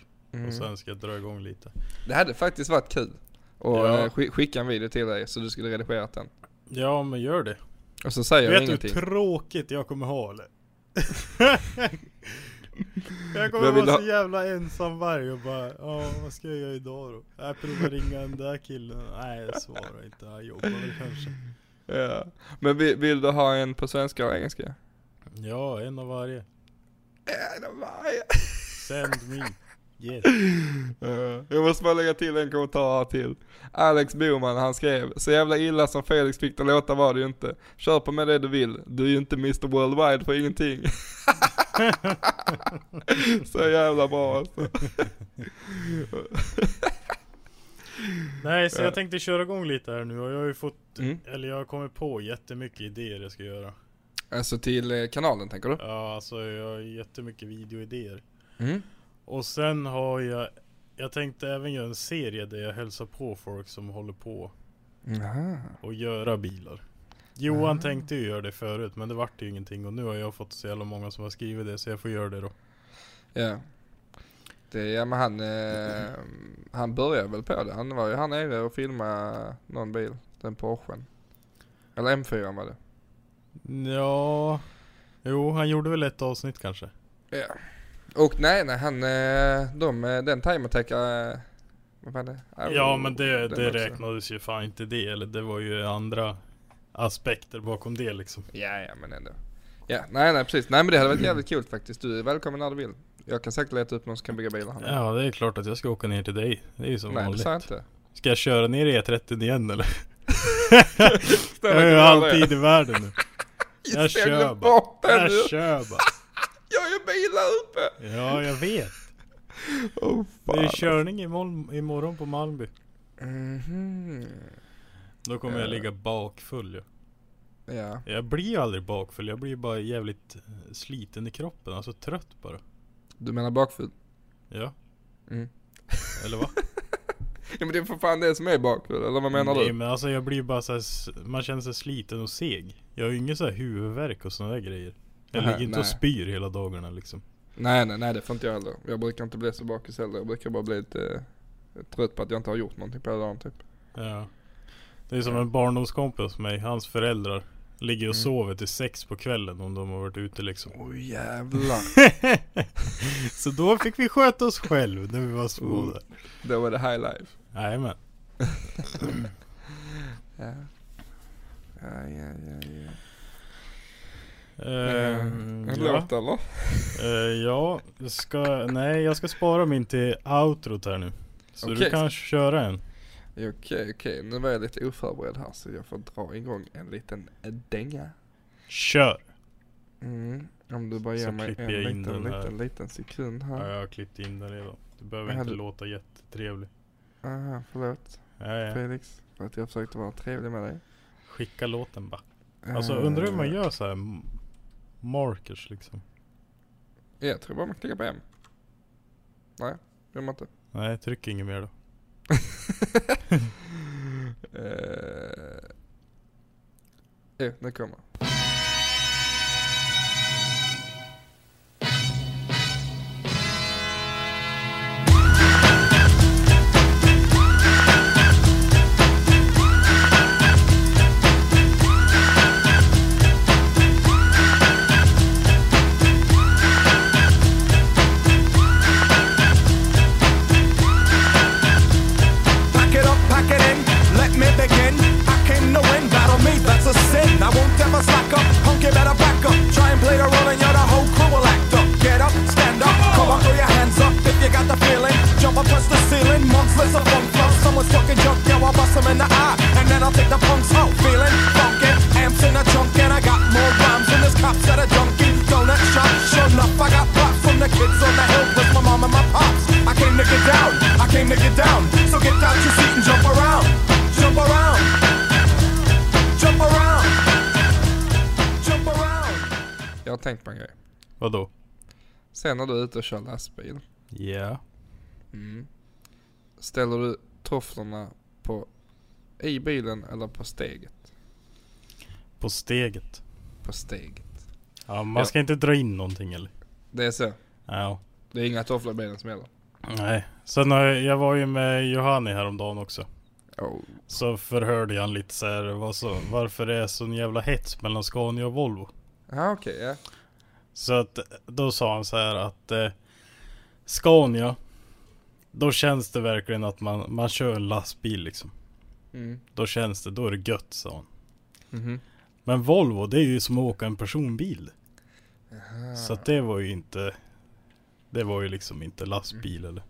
Och sen ska jag dra igång lite.
Det hade faktiskt varit kul. Och
Ja.
eh, sk- skicka en video till dig så du skulle redigera den.
Ja, men gör det.
Och så säger jag
Vet du hur
ingenting.
tråkigt jag kommer ha eller? jag kommer
Vem vill
vara så
ha-
jävla ensam varg och bara Ja vad ska jag göra idag då? Jag provar ringa den där killen Nej jag svarar inte, han jobbar väl kanske
Ja. Men vill, vill du ha en på svenska och engelska?
Ja en av varje
Ja, det var jag.
Send me Yes.
Eh, Jag måste bara lägga till en kommentar här till. Alex Boman han skrev, så jävla illa som Felix fick det låta var det ju inte. Kör på med det du vill, du är ju inte Mr Worldwide för ingenting. så jävla bra alltså.
Nej, så jag tänkte köra igång lite här nu och jag har ju fått,
Mm.
eller jag har kommit på jättemycket idéer jag ska göra.
Alltså till eh, kanalen tänker du?
Ja, alltså jag har jättemycket videoidéer.
Mm.
Och sen har jag, jag tänkte även göra en serie där jag hälsar på folk som håller på
Jaha.
och göra bilar. Johan tänkte ju göra det förut men det vart ju ingenting och nu har jag fått så jävla många som har skrivit det så jag får göra det då.
Ja. Det, ja men han, eh, han började väl på det. Han var ju här nere och filmade någon bil. Den Porschen. Eller M4 var det.
Ja, jo han gjorde väl ett avsnitt kanske.
Ja. Och nej, nej han, eh, de, eh, den Timertech, eh, vad var det? Arrow,
Ja men det,
den
det
också.
räknades ju fan inte det eller det var ju andra aspekter bakom det liksom.
Ja, ja men ändå. Ja, nej, nej precis. Nej men det hade varit jävligt kul faktiskt. Du är välkommen när du vill. Jag kan säkert leta upp någon som kan bygga bilar här nere.
Ja det är klart att jag ska åka ner till dig. Det är ju som
Nej, det
vanligt.
sa jag inte.
Ska jag köra ner E30 igen eller? jag
Ställa
har ju
krav
all
där.
tid i världen nu. Jag
Ställ
kör
dig
bara.
bort den
Jag
nu.
kör bara.
Jag gör bilar uppe.
Ja jag vet.
Oh,
Det
fan.
är körning imorgon, imorgon på Malmby.
Mhm.
Då kommer
Ja.
jag ligga bakfull ju.
Ja.
Jag blir ju aldrig bakfull. Jag blir bara jävligt eh, sliten i kroppen. Alltså trött bara.
Du menar bakfull?
Ja.
Mm.
Eller va?
Ja men det är för fan det som är bakfull, eller vad menar
Nej
du?
men alltså jag blir ju bara så här, s- Man känner sig sliten och seg. Jag har ju ingen så här huvudvärk och såna där grejer. Jag
Nej,
ligger inte och
nej.
spyr hela dagarna liksom.
Nej nej nej det får inte jag heller. Jag brukar inte bli så bakis heller. Jag brukar bara bli lite eh, trött på att jag inte har gjort någonting på hela dagen typ.
Ja. Det är som en barndomskompis med mig. Hans föräldrar ligger och
Mm.
sover till sex på kvällen om de har varit ute liksom.
Oj jävlar.
så då fick vi sköta oss själv när vi var små
Mm.
där.
Då var det high life.
Jajamän.
Ja. Ja ja ja ja. Eh,
Ehm,
en
ja.
låt eller?
Eh, ja, jag ska, nej jag ska spara min till outrot här nu. Så
Okej.
du kan köra en.
Ja, Okej okej, nu var jag lite oförberedd här så jag får dra igång en liten dänga.
Kör!
Mm. Om du bara ger
Så
mig
klipper
en
jag in
liten,
den här.
liten, liten sekund
Ja,
här.
jag har klippt in den redan. Du behöver
Jag
inte
hade-
låta jättetrevlig.
Aha, förlåt
Ja, ja.
Felix, för att jag försökte vara trevlig med dig.
Skicka låten bara. Alltså undrar hur
Eh.
man gör så här m- markers liksom.
Ja, Jag tror bara man klickar på M. Nej, gör man inte.
Nej, tryck inget mer då.
Eh, Jo, nu kommer.
Pack it up, pack it in, let me begin. I came to win, battle me, that's a sin. I won't ever slack up, punk you better back up. Try and play the role and you're the whole crew will act up. Get up, stand up, come on, throw your hands up if you got the feeling. Jump up, touch the ceiling, monks, let's a funk flow. Someone's talking junk, yeah, I'll bust 'em in the eye. And then I'll take the punks out, feeling funky. Amps in the trunk and I got more rhymes than this cops at a junkie donut shop. Sure enough, I got props from the kids on the hill with my mom and my pops. I came to get down, I came to get down. So get out your seat and jump around, jump around, jump around, jump around.
Jag har tänkt på en grej.
Vadå?
Sen när du är ute och kör lastbil,
Ja.
ställer du tofflorna på i bilen eller på steget?
På steget.
På steget.
Ja, man
Ja.
ska inte dra in någonting eller?
Det är så.
Ja.
Det är inga tofflor i bilen som gäller.
Nej. Sen har jag, jag var ju med Johanni häromdagen också.
Oh.
Så förhörde jag han lite så här, vad så, varför det är sån jävla hets mellan Scania och Volvo.
Ja Ah, okej, ja.
Så att då sa han så här att eh, Scania, då känns det verkligen att man, man kör en lastbil liksom.
Mm.
Då känns det, då är det gött sa han.
Mhm.
Men Volvo, det är ju som att åka en personbil. Så att det var ju inte, det var ju liksom inte lastbil eller.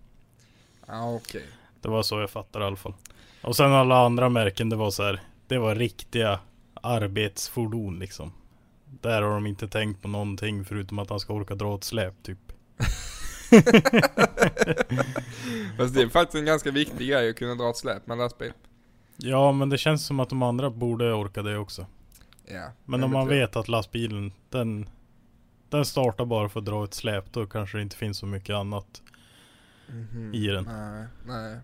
Ja, Ah, okej.
Det var så jag fattade i alla fall. Och sen alla andra märken, det var så här. Det var riktiga arbetsfordon liksom. Där har de inte tänkt på någonting förutom att han ska orka dra ett släp typ.
Fast det är faktiskt en ganska viktig grej att kunna dra ett släp med en lastbil.
Ja, men det känns som att de andra borde orka det också.
Ja.
Men om
typ-
man vet att lastbilen, den, den startar bara för att dra ett släp, då kanske det inte finns så mycket annat
Mhm.
i den.
Nej, nej.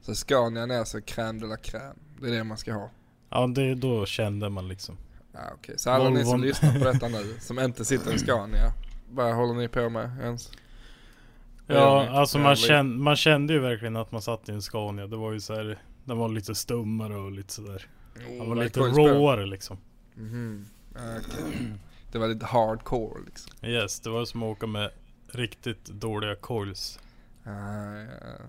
Så Scanian är så crème de la crème. Det är det man ska ha.
Ja, det, då kände man liksom.
Ja, okej. Så alla ni som
Volvon.
lyssnar på detta nu, som inte sitter i Scania. Vad håller ni på med ens?
Ja, alltså man
Jävligt.
kände, man kände ju verkligen att man satt i en Scania. Det var ju så här, den var lite stummare och lite sådär. Den var
där
lite
kom spö.
råare liksom.
Mhm. Ja, okej. Det var lite hardcore liksom.
Yes, det var som att åka med riktigt dåliga coils.
Ja, ja.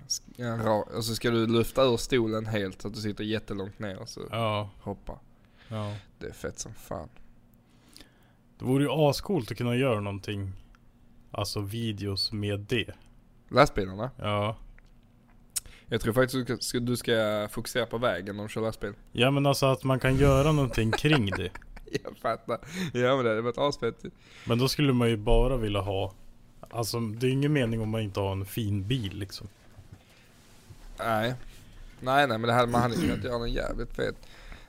Sk- ja, ra- Och så ska du lyfta ur stolen helt så att du sitter jättelångt ner och så
Ja,
hoppa.
ja.
Det är fett som fan.
Det vore ju ascoolt att kunna göra någonting. Alltså videos med det.
Lastbilarna.
Ja.
Jag tror faktiskt du ska, du ska fokusera på vägen när du kör lastbil.
Ja men alltså att man kan göra någonting kring det.
Jag fattar. Ja men det hade varit asfett.
Men då skulle man ju bara vilja ha Alltså det är ingen mening om man inte har en fin bil liksom.
Nej. Nej nej men det hade, man hade kunnat göra den jävligt fet.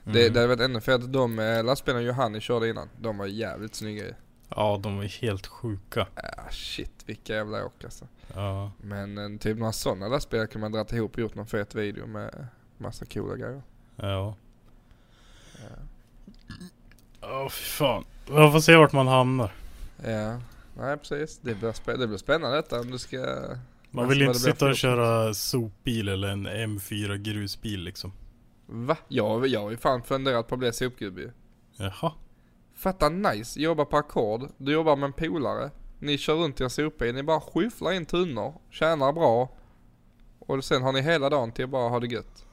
Det, det hade varit ännu fetare. De eh, lastbilarna Johanni körde innan, de var jävligt snygga ju.
Ja de var helt sjuka.
Ah shit vilka jävla åk alltså.
Ja.
Men en, typ några sådana lastbilar kan man dra ihop och gjort någon fet video med massa coola grejer.
Ja. Åh fy fan. Jag får se vart man hamnar.
Ja. Nej precis. Det blir, spä- det blir spännande detta om du ska...
Man
Alltså,
vill
vad
inte
det blir
sitta
för
och köra sopbil eller en M4 grusbil liksom.
Va? Jag, jag har ju fan funderat på att bli sopgubbe ju.
Jaha.
Fatta nice, jobba på ackord, du jobbar med en polare, ni kör runt i en sopbil, ni bara skyfflar in tunnor, tjänar bra och sen har ni hela dagen till att bara ha det gött.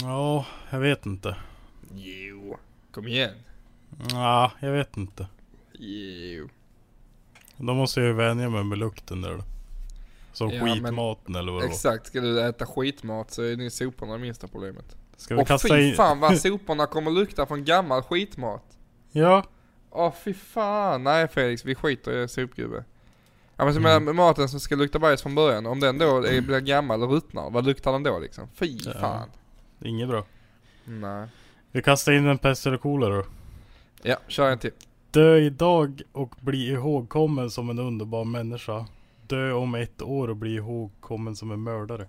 Ja, jag vet inte.
Jo. Kom igen.
Ja, jag vet inte.
Jo.
Då måste jag ju vänja mig med lukten där då. Som
Ja, men-
skitmaten eller vad det var.
Exakt, ska du äta skitmat så är ni soporna det minsta problemet.
Ska vi
Och
kasta
fy
in...
fan vad soporna kommer lukta från gammal skitmat.
Ja.
Åh fy fan, nej Felix vi skiter i sopgubbe. Ja men som mm. maten som ska lukta bajs från början, om den då är, blir gammal och ruttnar, vad luktar den då liksom? Fy
Mm. Ja.
fan.
Inget bra.
Nej.
Vi kastar in en pest eller kolera då.
Ja, kör en till.
Dö idag och bli ihågkommen som en underbar människa. Dö om ett år och bli ihågkommen som en mördare.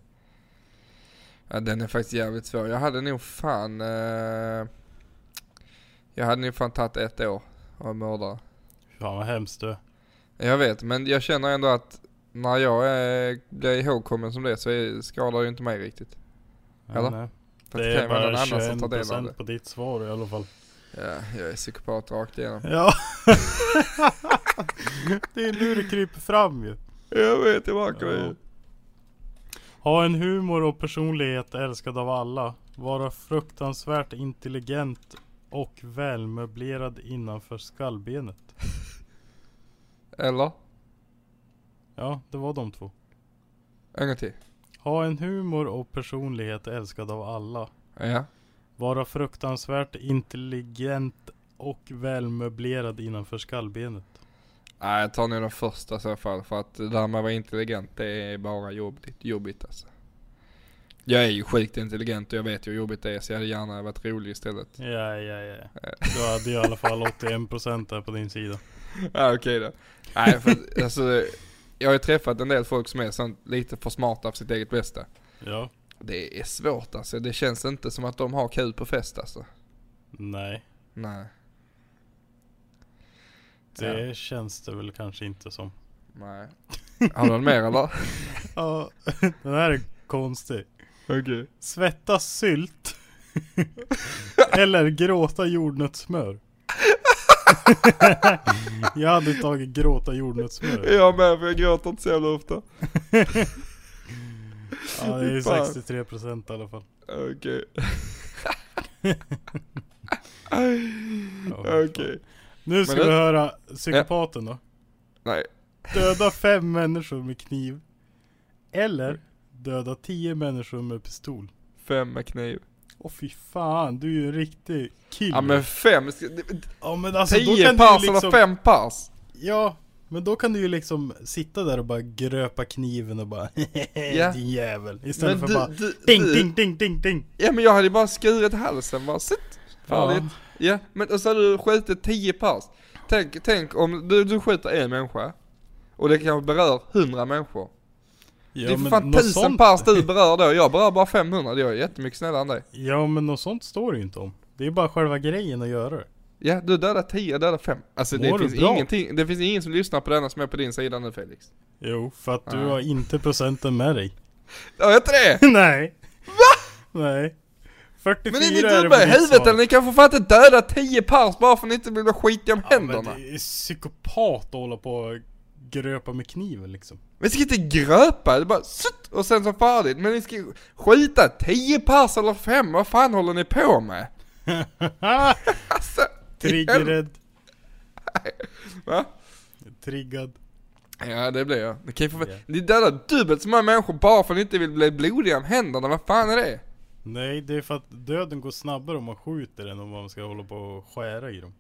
Ja, den är faktiskt jävligt svår. Jag hade nog fan... Eh, jag hade nog fan tagit ett år av mördare.
Fan vad hemskt du är.
Jag vet, men jag känner ändå att när jag är, blir ihågkommen som det så är, skadar ju inte mig riktigt.
Ja,
Eller?
nej.
För att
eh, Det är
kan ju vara någon
bara
annan som tar
21
del av det.
procent på ditt svar i alla fall.
Ja, jag är psykopat rakt igenom.
Ja. det är nu det kryper fram ju.
Jag vet, jag märker det ju.
Ja. Ha en humor och personlighet älskad av alla. Vara fruktansvärt intelligent och välmöblerad innanför skallbenet.
Eller?
Ja, det var de två.
En gång till.
Ha en humor och personlighet älskad av alla.
Ja.
Vara fruktansvärt intelligent och välmöblerad innanför skallbenet.
Nej, jag tar nog den första i så fall. För att det där med att vara intelligent, det är bara jobbigt, jobbigt alltså. Jag är ju sjukt intelligent och jag vet ju hur jobbigt det är så jag hade gärna varit rolig istället.
Ja, ja, ja. Du hade i alla fall 81% där på din sida.
Ja okej då. Nej för att, alltså, jag har ju träffat en del folk som är sånt lite för smarta för sitt eget bästa.
Ja.
Det är svårt alltså, det känns inte som att de har kul på fest alltså.
Nej.
Nej.
Det
Ja,
känns det väl kanske inte som.
nej. Har du någon mer eller?
Ja, den här är konstig.
Okej.
Svettas sylt. Eller gråta jordnötssmör. Jag hade tagit gråta jordnötssmör.
Jag med för jag gråter inte så jävla ofta.
Ja, det är
Fan.
63% i alla fall.
Okej.
Ja,
Okej.
Nu ska
Men
vi
det-
höra psykopaten då.
Nej.
Döda fem människor med kniv.
Mm.
Eller döda 10 människor med pistol.
Fem med kniv.
Åh fy fan, du är ju en riktig kille.
Ja men fem, ska-
ja, men alltså, då
tio
kan du ju
pers eller
liksom-
fem pers?
Ja, men då kan du ju liksom sitta där och bara gröpa kniven och bara din jävel. Istället för
Men du-
bara
du-
ding,
du-
ding, ding, ding, ding.
Ja men jag hade ju bara skurit halsen bara, sitt. Färdigt. Ja. men och så hade du skjutit tio pers. Tänk, tänk om du, du skjuter en människa. Och det kanske berör hundra människor.
Ja,
det är för
men
fan
något
tusen
sånt-
pers du berör då, jag berör bara 500, jag är jättemycket snällare än dig.
Ja, men något sånt står det ju inte om. Det är bara själva grejen att göra det.
Ja, du dödar 10, jag dödar 5. Alltså det
Mår du
finns,
bra?
ingenting, det finns ingen som lyssnar på denna som är på din sida nu Felix.
Jo, för att du
Nej.
har inte procenten med dig.
Ja, jag inte det!
Nej. Va? Nej. 44
Men är ni
det
dumma
på
i
ditt
huvudet
svar.
eller? Ni kan för fan inte döda 10 pers bara för att ni inte vill vara skitiga om
Ja,
händerna.
Men det är psykopat att hålla på och gröpa med kniven liksom.
Vi ska inte gröpa, det är bara sutt och sen så färdigt. Men ni ska ju skita 10 pers eller 5, vad fan håller ni på med? Alltså,
Triggered,
Va?
triggad.
Ja det blir jag. Ni kan ju för... Ni dödar dubbelt så många människor bara för att ni inte vill bli blodiga om händerna, vad fan är det?
Nej, det är för att döden går snabbare om man skjuter än om man ska hålla på och skära i dem.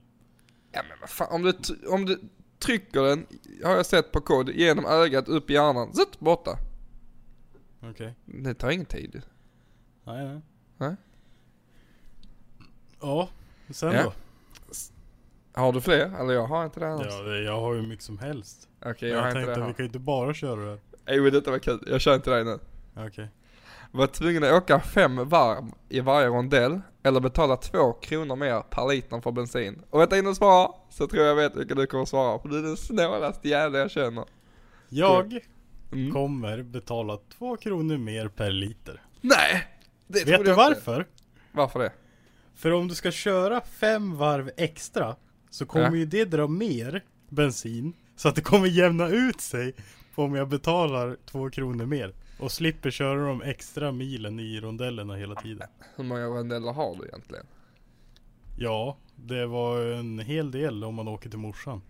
Ja men vad fan, om du, t- om du trycker den, har jag sett på kod, genom ögat, upp i hjärnan, zut, borta.
Okej.
Det tar ingen tid.
Nej, nej.
Nej.
Ja, sen
Ja.
då?
Har du fler? Eller jag har inte det alls.
Ja, det- jag har ju mycket som helst.
Okej,
Men
jag,
jag
har inte
tänkte
det
att vi
här.
kan ju inte bara köra det här.
Jo, detta var kul. Jag kör inte dig nu.
Okej.
Var tvungen att åka fem varv i varje rondell eller betala två kronor mer per liter för bensin. Och vänta innan du svarar så tror jag vet vilken du kommer att svara för du är den snålaste jävla jag känner.
Jag
Mm.
kommer betala två kronor mer per liter.
Nej! Det
Vet
trodde
du
jag inte.
varför?
Varför det?
För om du ska köra fem varv extra så kommer
Ja.
ju det dra mer bensin så att det kommer jämna ut sig på om jag betalar två kronor mer och slipper köra de extra milen i rondellerna hela tiden.
Hur många rondeller har du egentligen?
Ja, det var en hel del om man åker till morsan.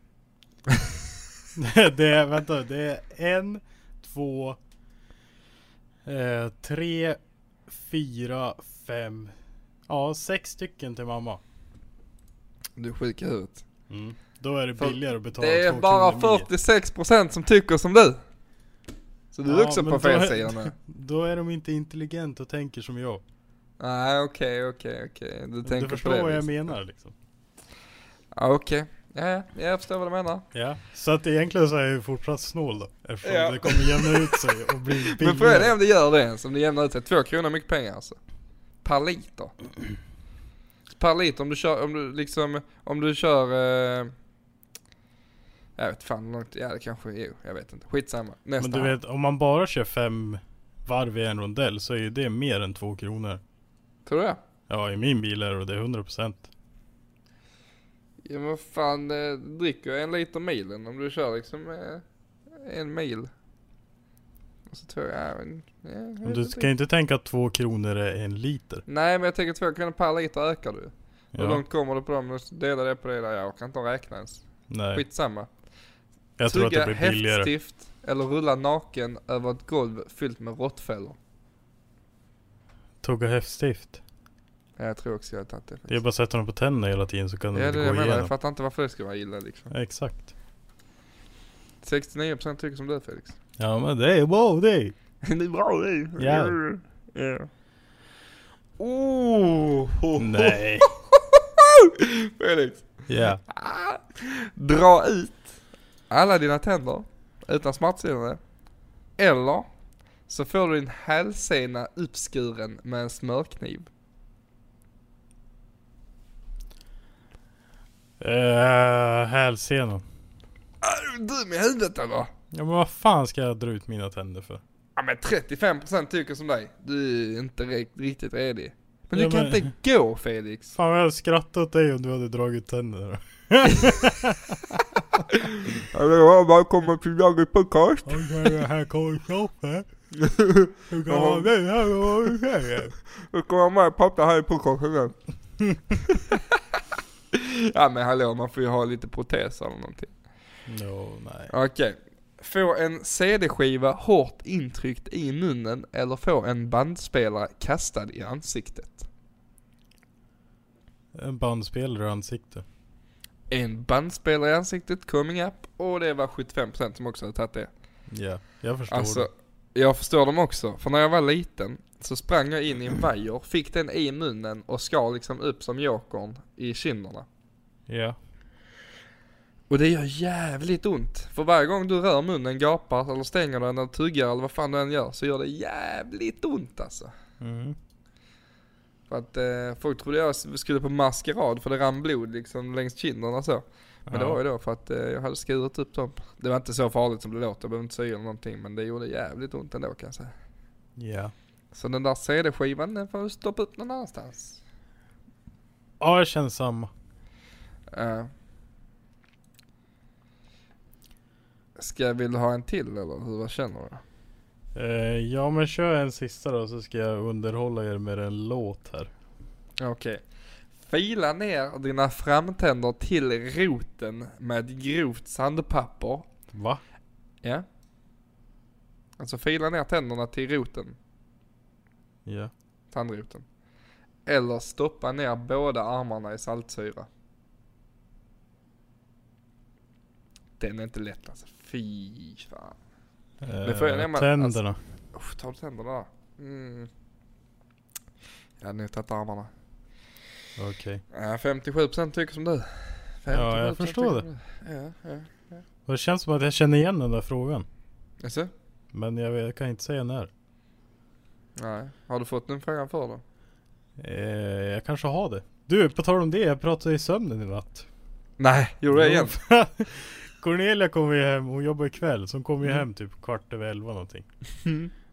det, det är, vänta, det är en, två, eh, tre, fyra, fem, ja sex stycken till mamma.
Du är sjuk i huvudet.
Mm. Då är det
För
billigare att betala
Det är
två
bara
kronor mer.
46% som tycker som du. Så du är
Ja,
också
men
på
då
fel
är-
sida nu.
Då är de inte intelligenta och tänker som jag.
Nej okej okej okej. Du tänker
Du förstår
på det
vad jag
viset.
menar liksom.
Ja okej. Ja, ja, jag förstår vad du menar.
Ja. Så att egentligen så är jag ju fortsatt snål då. Eftersom
Ja.
det kommer jämna ut sig och bli billigare.
Men frågan är om det gör det ens, om det jämnar ut sig. Två kronor är mycket pengar alltså. Per liter. Per liter om du kör, om du liksom, om du kör eh, jag vet fan hur långt, ja det kanske, jo jag vet inte. Skitsamma. Nästa.
Men du
här.
vet, om man bara kör fem varv i en rondell så är ju det mer än två kronor.
Tror du det?
Ja, i min bil är det 100%.
Ja men vad fan, eh, dricker jag en liter milen om du kör liksom eh, en mil? Och så tror jag, ja, men, ja, jag
Men
vet
du
inte.
ska ju inte tänka att två kronor är en liter.
Nej men jag tänker två kronor per liter ökar du. Hur
Ja,
långt kommer du på dem? Dela det på det där, jag kan inte räkna ens.
nej.
Skitsamma.
Jag tror att det blir billigare.
häftstift eller rulla naken över ett golv fyllt med råttfällor.
Tugga häftstift.
Ja, jag tror också jag har tagit
Det
det
är
faktiskt.
bara att sätta dem på tänderna hela tiden så kan de
Ja,
inte
det är
gå
det jag menar.
igenom.
Jag fattar inte varför det ska vara illa liksom.
Exakt.
69% tycker som du Felix.
Ja men det är bra det.
det är bra det.
Ja.
Ja. Oh! ho, ho.
Nej.
Felix.
Ja.
Dra ut alla dina tänder utan smärtstillande. Eller så får du din hälsena uppskuren med en smörkniv.
Uh, hälsenan.
Är Äh, du dum i huvudet eller?
Ja men vad fan ska jag dra ut mina tänder för?
Ja men 35% tycker som dig. Du är inte re- riktigt redig. Men
Ja,
du kan
men-
inte gå Felix.
Fan vad jag hade skrattat åt dig om du hade dragit tänderna.
Hallå, välkommen till Dagis podcast.
Okej, det här kommer Kroffe. Hur kan man bli här och vad du säger?
Du kommer vara med pappa här i podcasten igen. ja men hallå, man får ju ha lite proteser eller någonting.
Jo, nej.
Okej. Få en CD-skiva hårt intryckt i munnen eller få en bandspelare kastad i ansiktet.
En bandspelare i ansikte.
En bandspelare i ansiktet, coming up, och det var 75% som också hade tagit det.
Ja, jag förstår
Alltså,
det.
jag förstår dem också. För när jag var liten så sprang jag in i en vajer, fick den i munnen och skar liksom upp som jokern i kinderna.
Ja.
Och det gör jävligt ont. För varje gång du rör munnen, gapar eller stänger den eller tuggar eller vad fan du än gör så gör det jävligt ont alltså.
Mm.
För att eh, folk trodde jag skulle på maskerad för det rann blod liksom längs kinderna så. Men det
Ja.
var ju då för att eh, jag hade skurit upp dem. Det var inte så farligt som det låter, jag behövde inte sy eller någonting men det gjorde jävligt ont ändå kan jag säga.
Ja.
Så den där CD-skivan den får du stoppa upp någon annanstans.
Ja, jag känner samma.
Eh. Ska, vill du ha en till eller hur, vad känner du?
Eh, ja, men kör en sista då så ska jag underhålla er med en låt här.
Okej. Fila ner dina framtänder till roten med ett grovt sandpapper.
Va?
Ja. Alltså fila ner tänderna till roten,
Ja.
tandroten. Eller stoppa ner båda armarna i saltsyra. Den är inte lätt alltså. Fy fan.
Eh,
får jag nämna-
tänderna.
Uff, tar du tänderna där? Mm. Jag hade nog tagit armarna. Alltså-
Okej.
Ja, 57% tycker som du.
Ja, jag
57%
förstår
tycker som du. Ja, ja.
Och Det känns som att jag känner igen den där frågan.
Jaså?
Men jag, vet, jag kan inte säga när.
Nej. Har du fått den frågan för då?
Eh, jag kanske har det. Du, på tal om det. Jag pratade i sömnen i natt.
Nej, gjorde jag igen?
Cornelia kommer ju hem, hon jobbar ikväll, så hon kommer ju hem typ kvart över elva någonting.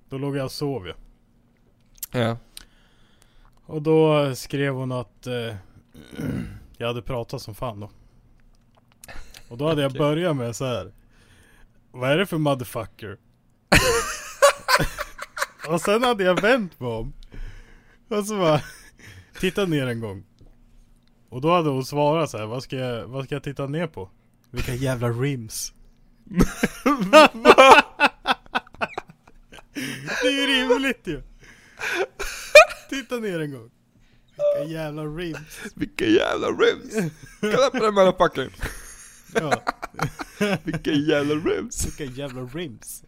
Då låg jag och sov ju.
Ja.
Och då skrev hon att eh, jag hade pratat som fan då. Och då hade jag börjat med så här. Vad är det för motherfucker? och sen hade jag vänt mig om. Och så bara, titta ner en gång. Och då hade hon svarat så här, vad ska jag, vad ska jag titta ner på? Vilka jävla rims. det är ju rimligt ju. Titta ner en gång. Vilka jävla rims.
Vilka jävla rims! Kolla på den motherfuckern!
Ja,
Vilka jävla rims!
vilka jävla rims.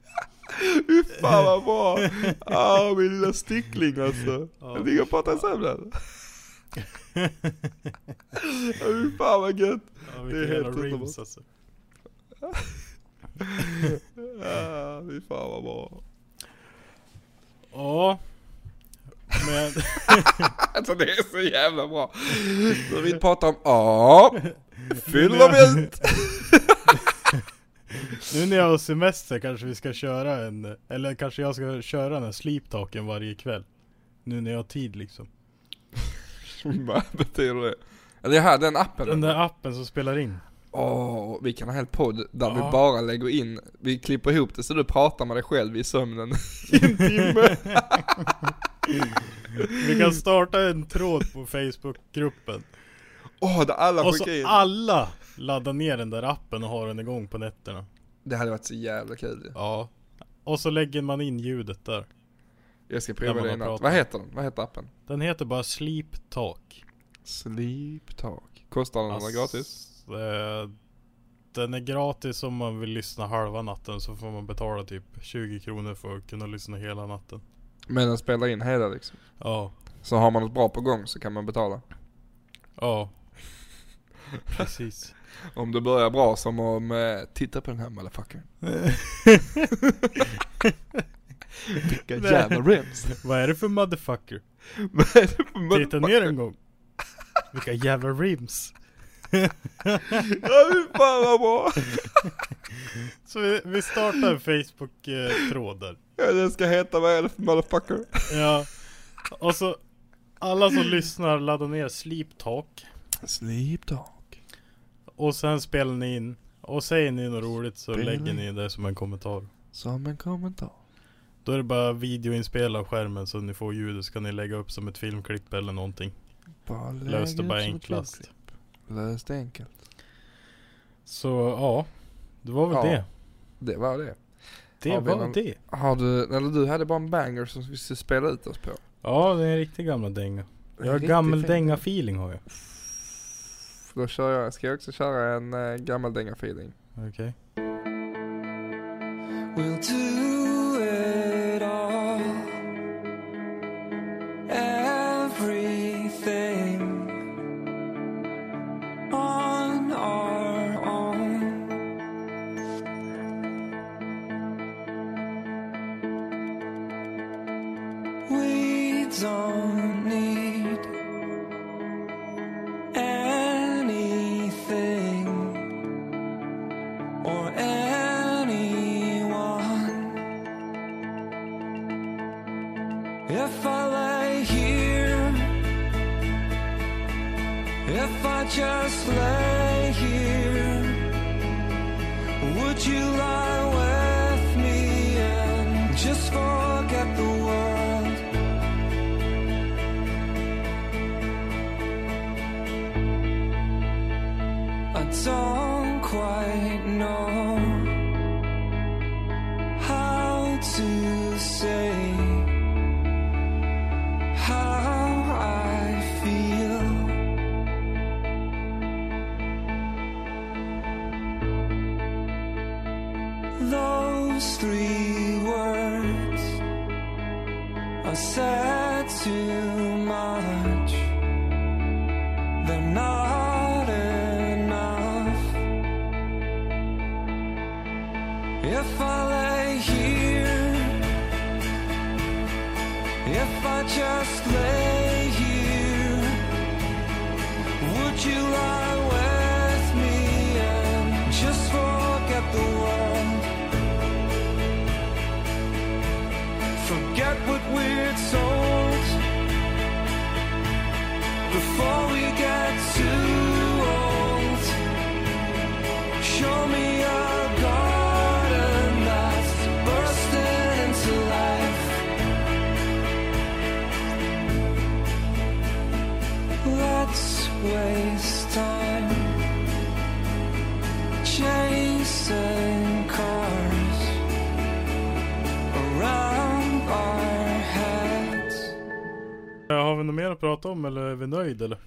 Fy fan vad bra! Ah, min lilla stickling alltså. Jag ligger och pratar i sömnen. Fy fan vad gött!
Ja,
Det är
vilka
helt
jävla rims
underbart.
alltså.
Ah, fy fan vad bra.
Ja. Men,
Alltså det är så jävla bra. Så vi pratar om A. Fyllavit!
nu när jag har semester kanske vi ska köra en, eller kanske jag ska köra den här sleeptalken varje kväll. Nu när jag har tid liksom.
Vad betyder det? Eller jag hade den
Den
appen.
där appen som spelar in.
Åh, vi kan ha helt podd där vi
Ja.
bara lägger in, vi klipper ihop det så du pratar med dig själv i sömnen i en timme.
Vi kan starta en tråd på Facebookgruppen.
Åh, där alla
Och så
skickar in.
alla laddar ner den där appen och har den igång på nätterna.
Det hade varit så jävla kul ju.
Ja. Och så lägger man in ljudet där.
Jag ska
När
prova
man
det
har
i natt.
pratat.
Vad heter den? Vad heter appen?
Den heter bara Sleep Talk.
Sleep Talk. Kostar den några gratis?
Eh, Den är gratis om man vill lyssna halva natten så får man betala typ 20 kronor för att kunna lyssna hela natten.
Men den spelar in hela liksom.
Ja,
Så har man något bra på gång så kan man betala.
ja. Precis.
Om det börjar bra som om, eh, titta på den här motherfuckern. Vilka jävla rims.
Vad är det för motherfucker?
Vad är det för
Titta ner en gång. Vilka jävla rims.
Ja, fy fan vad bra.
Så vi, vi startar en Facebook-tråd där.
Ja, den ska heta vad är det för motherfucker?
Ja. Och så alla som lyssnar laddar ner Sleep Talk.
Sleep Talk.
Och sen spelar ni in. Och säger ni något roligt så lägger ni det som en kommentar.
Som en kommentar.
Då är det bara videoinspela av skärmen så ni får ljudet ska ni lägga upp som ett filmklipp eller någonting.
Bara
Lös det
lägg
bara
ut som ett
enklast.
filmklipp. Lös det enkelt.
Så ja, det var väl
Ja.
det.
Det var det.
Det
Har vi
var
någon-
det.
Har du, eller du hade bara en banger som vi skulle spela ut oss på.
Ja, det är en riktig gammal dänga. Jag har
Riktigt
gammal
fint.
dänga feeling har jag.
Då kör jag, ska jag också köra en eh, gammal dänga feeling.
Okej.
We'll do it all. Everything on our own. We don't need anything or anyone. If I lay here, if I just lay here, would you lie with me and just forget the world? I don't quite know how to say how I feel. Those three words are said too much. They're not enough. If I lay here, if I just lay here, would you lie with me and just forget the world? Forget what we're told before we get too old. Show me a garden that's bursting into life. Let's waste time chasing cars around our heads.
Har vi något mer att prata om eller är vi nöjda eller?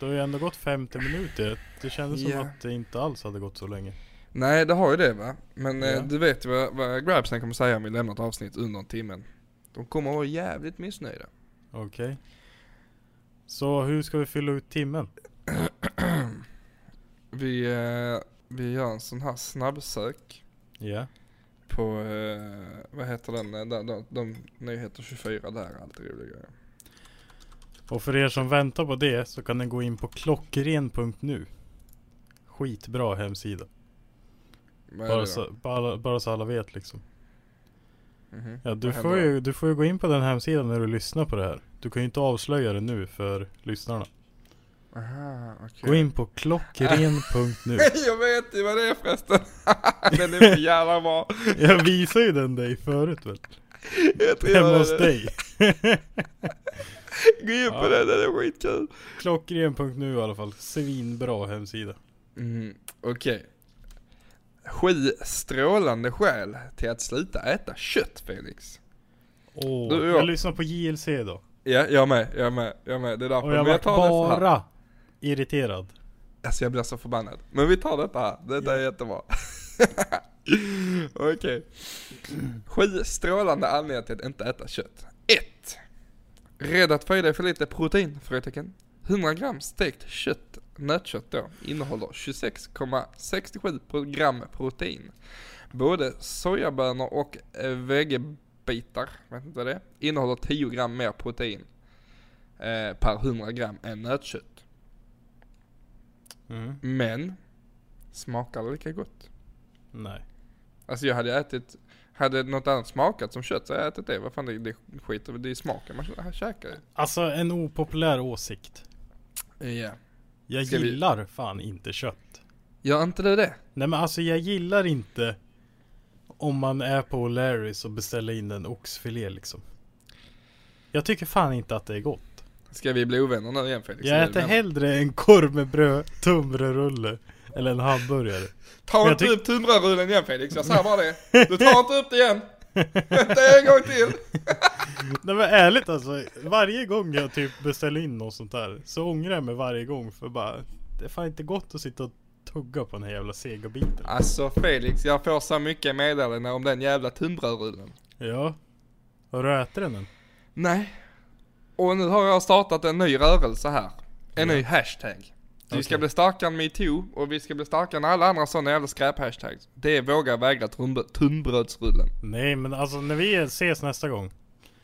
Det har ju ändå gått 50 minuter. Det kändes
Ja.
som att det inte alls hade gått så länge.
Nej det har ju det va. Men eh,
Ja.
du vet ju vad, vad grabsen kommer säga om vi lämnar ett avsnitt under en timme. De kommer vara jävligt missnöjda.
Okej. Så hur ska vi fylla ut timmen?
Vi, eh, vi gör en sån här snabbsök
Ja.
på, eh, vad heter den, eh, där, de, de nyheter 24 där, allt roliga grejer.
Och för er som väntar på det så kan ni gå in på klockren.nu. Skitbra hemsida.
Vad är det
Bara
då?
så, bara, bara så alla vet liksom.
Mhm.
Ja, du,
Vad
får
händer
ju, du får ju gå in på den hemsidan när du lyssnar på det här. Du kan ju inte avslöja det nu för lyssnarna.
då? Aha, okej.
Gå in på klockren.nu.
Jag vet ju vad det är förresten. den är för jävla bra.
Jag visade ju den dig förut väl?
Jag tror
Hemma
jag-
hos dig.
Gå in på
Ja.
den, den är skitkul.
Klockren.nu i alla fall. Svinbra hemsida.
Mm, Okej. Sju strålande skäl till att sluta äta kött Felix.
Åh,
Du, ja.
jag lyssnar på JLC då.
Ja, jag med, jag med, jag med. Det är därför.
Och jag
Men
var
tar det så här.
bara irriterad.
Alltså jag blir så förbannad. Men vi tar detta här, detta är jättebra. Okej. Sju strålande anledningar till att inte äta kött. 1. Rädd att få i dig för lite protein? Frågetecken. 100 gram stekt kött, nötkött då, innehåller 26,67 gram protein. Både sojabönor och eh, vegebitar, vet inte vad det är, innehåller 10 gram mer protein eh, per 100 gram än nötkött.
Mm.
Men smakar det lika gott?
Nej.
Alltså jag hade ätit, hade något annat smakat som kött så hade jag ätit det. Vad fan det, det skiter det är smaken man kä- käkar ju.
Alltså en opopulär åsikt.
Ja.
Jag
Ska vi-
gillar fan inte kött.
Gör inte du det?
Nej men alltså jag gillar inte om man är på Larrys och beställer in en oxfilé liksom. Jag tycker fan inte att det är gott.
Ska vi bli ovänner nu igen Felix?
Jag
Är vi
äter
vänner?
hellre en korv med bröd, tunnbrödsrulle Eller en hamburgare.
Ta
Jag
inte
tyck-
upp tunnbrödsrullen igen Felix, jag säger bara det. Du tar inte upp det igen. Inte en gång till.
Nej men ärligt alltså, varje gång jag typ beställer in något sånt där så ångrar jag mig varje gång för bara Det är fan inte gott att sitta och tugga på den här jävla sega biten.
Alltså Felix, jag får så mycket meddelanden om den jävla tunnbrödsrullen.
Ja. Har du ätit den än?
Nej. Och nu har jag startat en ny rörelse här. En ny hashtag. Vi ska
Okej.
bli starkare än metoo och vi ska bli starkare än alla andra sådana jävla skräphashtags. Det är våga vägra tunnbrö- tunnbrödsrullen.
Nej men alltså när vi ses nästa gång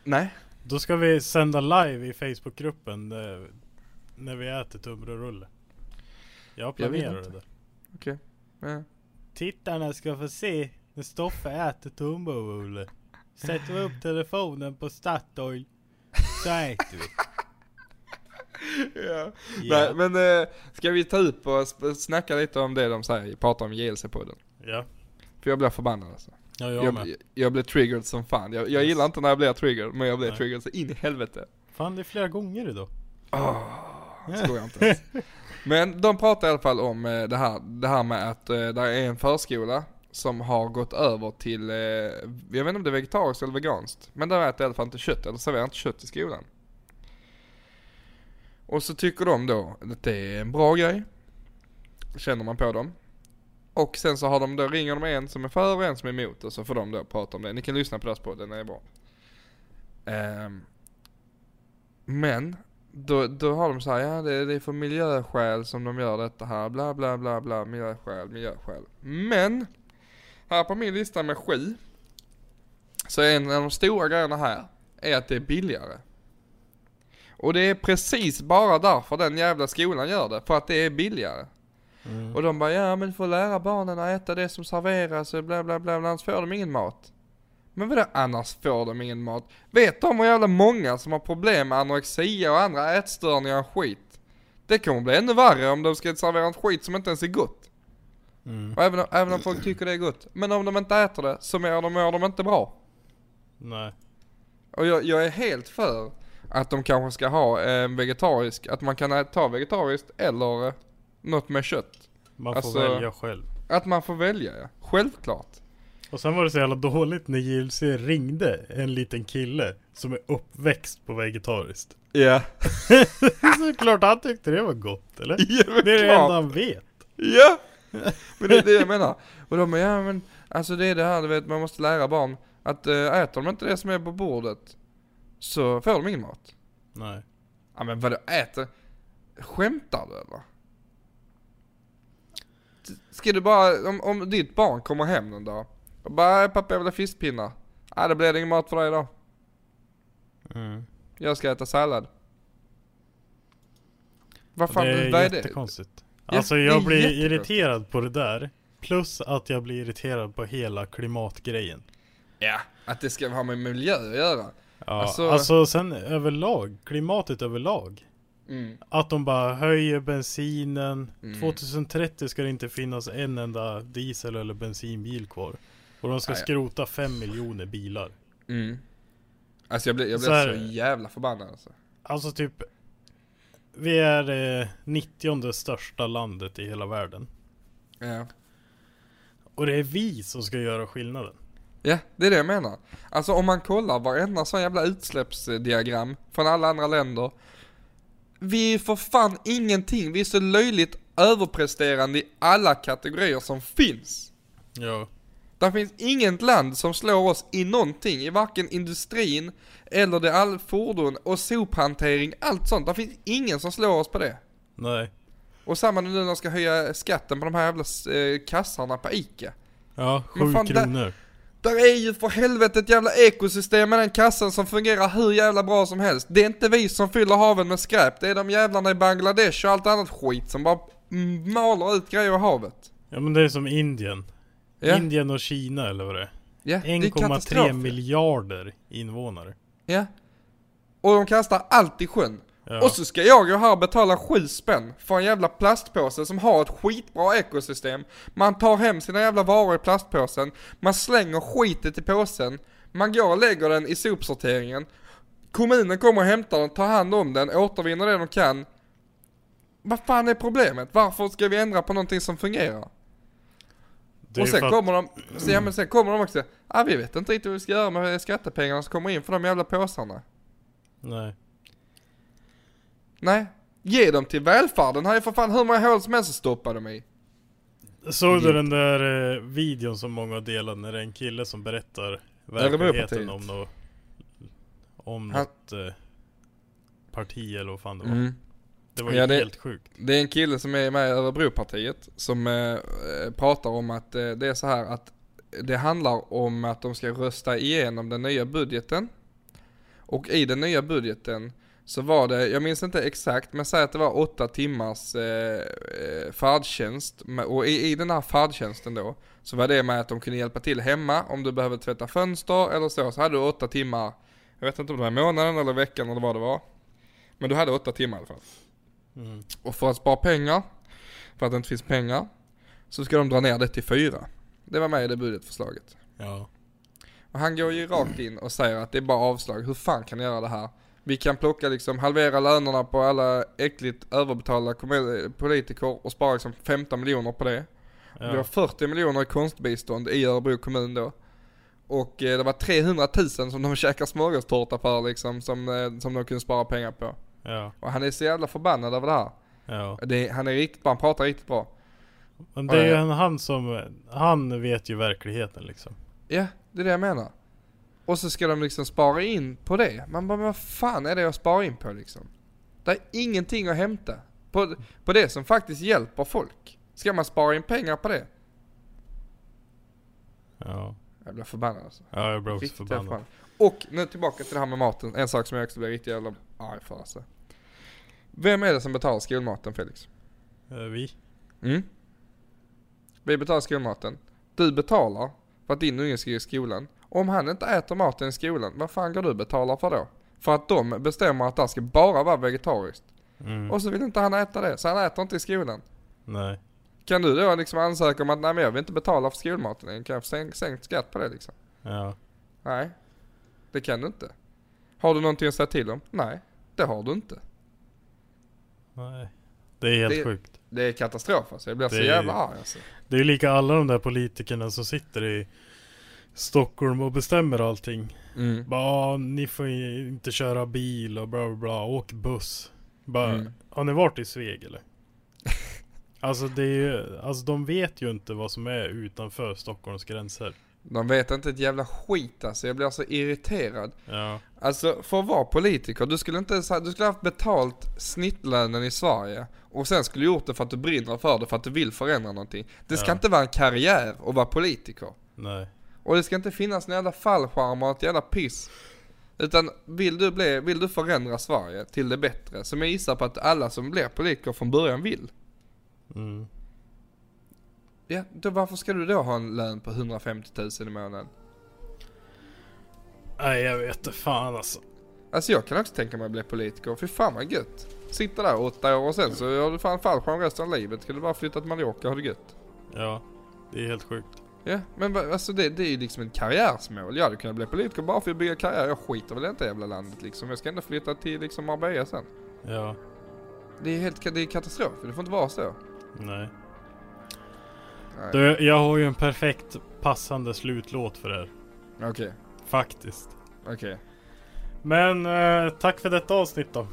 Nej.
Då ska vi sända live i Facebookgruppen eh, När vi äter tunnbrödsrulle Jag
Jag vet
planerar
inte.
det där
Okej. Ja.
Tittarna ska få se när Stoffe äter tunnbrödsrulle Sätter upp telefonen på Statoil Så äter vi
Ja.
Ja.
Nej, men eh, ska vi ta upp och sp- snacka lite om det de säger, prata om JLC-podden?
Ja,
För jag blir förbannad alltså.
ja jag,
Jag,
med
jag, jag blir triggered som fan. Jag, jag
Yes.
gillar inte när jag blir triggered, men jag blir
Nej.
triggered så in i helvete.
Fan det är flera gånger idag
Ah, Skojar inte ens. Men de pratar i alla fall om eh, det här, det här med att eh, där är en förskola som har gått över till, eh, jag vet inte om det är vegetariskt eller veganskt, men där äter i alla fall inte kött, eller serverar inte kött i skolan. Och så tycker de då att det är en bra grej, känner man på dem. Och sen så har de då, ringer de en som är för och en som är emot och så får de då prata om det. Ni kan lyssna på deras podd, den är bra. Ehm, men då, då har de så här, ja det, det är för miljöskäl som de gör detta här, bla bla bla bla, miljöskäl, miljöskäl. Men, här på min lista med sju, så är en av de stora grejerna här, är att det är billigare. Och det är precis bara därför den jävla skolan gör det, för att det är billigare. Och de bara, ja men för att lära barnen att äta det som serveras, och bla bla bla, bla annars får de ingen mat. Men vadå annars får de ingen mat? Vet de hur jävla många som har problem med anorexia och andra ätstörningar och skit? Det kommer bli ännu värre om de ska servera något skit som inte ens är gott. Och även, om- även om folk tycker det är gott. Men om de inte äter det så mår de, mår de inte bra.
Nej
Och jag, jag är helt för att de kanske ska ha eh, vegetarisk, att man kan ä- ta vegetariskt eller eh, något med kött.
Man får
Alltså-
välja själv
Att man får välja ja. Självklart.
Och sen var det så jävla dåligt när JLC ringde en liten kille som är uppväxt på vegetariskt.
Ja.
Såklart han tyckte det var gott eller?
Ja, men
Det är det
klart.
enda han vet.
Ja! Men det är det jag menar. Och de bara, ja men alltså det är det här du vet, man måste lära barn att äh, äter de inte det som är på bordet så får de ingen mat.
Nej.
Ja men vadå äter? Skämtar du eller? Ska du bara, om, om ditt barn kommer hem en dag och bara, "Äh, pappa jag vill ha fiskpinnar. Nej det blir det ingen mat för dig idag.
Mm.
Jag ska äta sallad. Vad fan,
det är
vad är det?
jättekonstigt.
Ja,
Alltså
det är
jag blir
jättekonstigt.
irriterad på det där. Plus att jag blir irriterad på hela klimatgrejen.
Ja, att det ska ha med miljö att göra.
Ja,
Alltså-
alltså, sen överlag, klimatet överlag.
Mm.
Att de bara höjer bensinen. 2030 ska det inte finnas en enda diesel eller bensinbil kvar. Och de ska
Nej.
skrota 5 miljoner bilar.
Mm. Alltså jag blev, jag blev
Så
så,
här-
jävla förbannad alltså.
Alltså typ Vi är eh, 90 största landet i hela världen
Ja.
Och det är vi som ska göra skillnaden
ja, det är det jag menar. Alltså om man kollar varenda sån jävla utsläppsdiagram från alla andra länder. Vi är ju för fan ingenting, vi är så löjligt överpresterande i alla kategorier som finns.
Ja
Där finns inget land som slår oss i någonting, i varken industrin eller det all fordon och sophantering, allt sånt. Där finns ingen som slår oss på det.
Nej
Och samma nu när de ska höja skatten på de här jävla eh, kassarna på ICA.
Ja,
Men
7
fan, där-
kronor
Där är ju för helvete ett jävla ekosystem med den kassan som fungerar hur jävla bra som helst. Det är inte vi som fyller haven med skräp, det är de jävlarna i Bangladesh och allt annat skit som bara mm, maler ut grejer i havet.
Ja men det är som Indien
Ja,
Indien och Kina eller vad det är
ja, det är katastrof.
1,3 miljarder invånare
Ja. Och de kastar allt i sjön.
Ja.
Och så ska jag ju här och betala sju spänn för en jävla plastpåse som har ett skitbra ekosystem. Man tar hem sina jävla varor i plastpåsen, man slänger skitet i påsen, man går och lägger den i sopsorteringen. Kommunen kommer och hämtar den, tar hand om den, återvinner det de kan. Vad fan är problemet? Varför ska vi ändra på någonting som fungerar?
Det är
och sen
för att-
kommer de, sen, ja, men sen kommer de också, ah, vi vet inte riktigt vad vi ska göra med skattepengarna som kommer in för de jävla påsarna.
Nej.
Nej, ge dem till välfärden, här är för fan hur många hål som helst att stoppa dem i.
Såg du den där eh, videon som många har delat när det är en kille som berättar verkligheten
partiet.
om något Om
Han-
något eh, parti eller vad fan det var.
Mm.
Det var ju
Ja, det-
helt sjukt.
Det är en kille som är med i Örebropartiet som eh, eh, pratar om att eh, det är så här att det handlar om att de ska rösta igenom den nya budgeten. Och i den nya budgeten så var det, jag minns inte exakt, men säg att det var åtta timmars eh, eh, färdtjänst. Men- Och i, i den här färdtjänsten då, så var det med att de kunde hjälpa till hemma om du behöver tvätta fönster eller så. Så hade du åtta timmar, jag vet inte om det var i månaden eller veckan eller vad det var. Men du hade åtta timmar i alla fall. Och för att spara pengar, för att det inte finns pengar, så ska de dra ner det till fyra. Det var med i det budgetförslaget.
Ja.
Och han går ju rakt in och säger att det är bara avslag. Hur fan kan ni göra det här? Vi kan plocka liksom, halvera lönerna på alla äckligt överbetalda kommu- politiker och spara liksom 15 miljoner på det. Vi har
ja.
40 miljoner i konstbistånd i Örebro kommun då. Och eh, det var 300 000 som de käkar smörgåstårta för liksom, som, eh, som de kunde spara pengar på.
Ja.
Och han är så jävla förbannad över det här.
Ja.
Det, han är riktigt bra, han pratar riktigt bra.
Men det är ju en- han som, han vet ju verkligheten liksom.
Ja, det är det jag menar. Och så ska de liksom spara in på det. Man bara, men vad fan är det jag sparar in på liksom? Det är ingenting att hämta. På, på det som faktiskt hjälper folk. Ska man spara in pengar på det?
Ja.
Jag blir förbannad alltså.
Ja, jag blev också
Riktigt
förbannad.
förbannad. Och nu tillbaka till det här med maten. En sak som jag också blir riktigt jävla arg för alltså. Vem är det som betalar skolmaten Felix?
Eh, Vi?
Mm? Vi betalar skolmaten. Du betalar för att din unge ska gå i skolan. Om han inte äter maten i skolan, vad fan går du och betalar för då? För att de bestämmer att det här ska bara vara vegetariskt.
Mm.
Och så vill inte han äta det, så han äter inte i skolan.
Nej.
Kan du då liksom ansöka om att nej men jag vill inte betala för skolmaten än, kan jag få sänkt, sänkt skatt på det liksom?
Ja.
Nej, det kan du inte. Har du någonting att säga till om? Nej, det har du inte.
Nej. Det är helt
Det-
sjukt.
Det är katastrof alltså, jag blir så
Det är-
jävla arg alltså.
Det är ju lika alla de där politikerna som sitter i Stockholm och bestämmer allting.
Mm.
Bara, "Ah, ni får ju inte köra bil och bla bla bla, åk buss. Bara,
Mm.
har ni varit i Sveg eller? alltså det är ju, alltså de vet ju inte vad som är utanför Stockholms gränser.
De vet inte ett jävla skit alltså, jag blir så irriterad.
Ja,
Alltså för att vara politiker, du skulle inte ens ha, du skulle haft betalt snittlönen i Sverige och sen skulle gjort det för att du brinner för det, för att du vill förändra någonting. Det ska
Ja.
inte vara en karriär att vara politiker.
nej.
Och det ska inte finnas några jävla fallskärmar och ett jävla piss. Utan vill du, bli, vill du förändra Sverige till det bättre, som jag gissar på att alla som blir politiker från början vill.
Mm.
Ja, då varför ska du då ha en lön på 150 000 i månaden?
Nej jag vet inte fan alltså.
Alltså jag kan också tänka mig att bli politiker, fy fan vad gött. Sitta där åtta år och sen så har du fan fallskärm resten av livet. Ska du bara flytta till Mallorca och ha det gött.
Ja, det är helt sjukt.
Ja, men va- alltså det, det är ju liksom ett karriärsmål. Jag hade kunnat bli politiker bara för att bygga karriär. Jag skiter väl i det jävla landet liksom. Jag ska ändå flytta till liksom Marbella sen.
Ja,
Det är helt ka- det är katastrof, det får inte vara så.
nej.
Nej.
Du, jag har ju en perfekt passande slutlåt för det här.
Okej,
Faktiskt.
okej.
Men eh, tack för detta avsnitt då.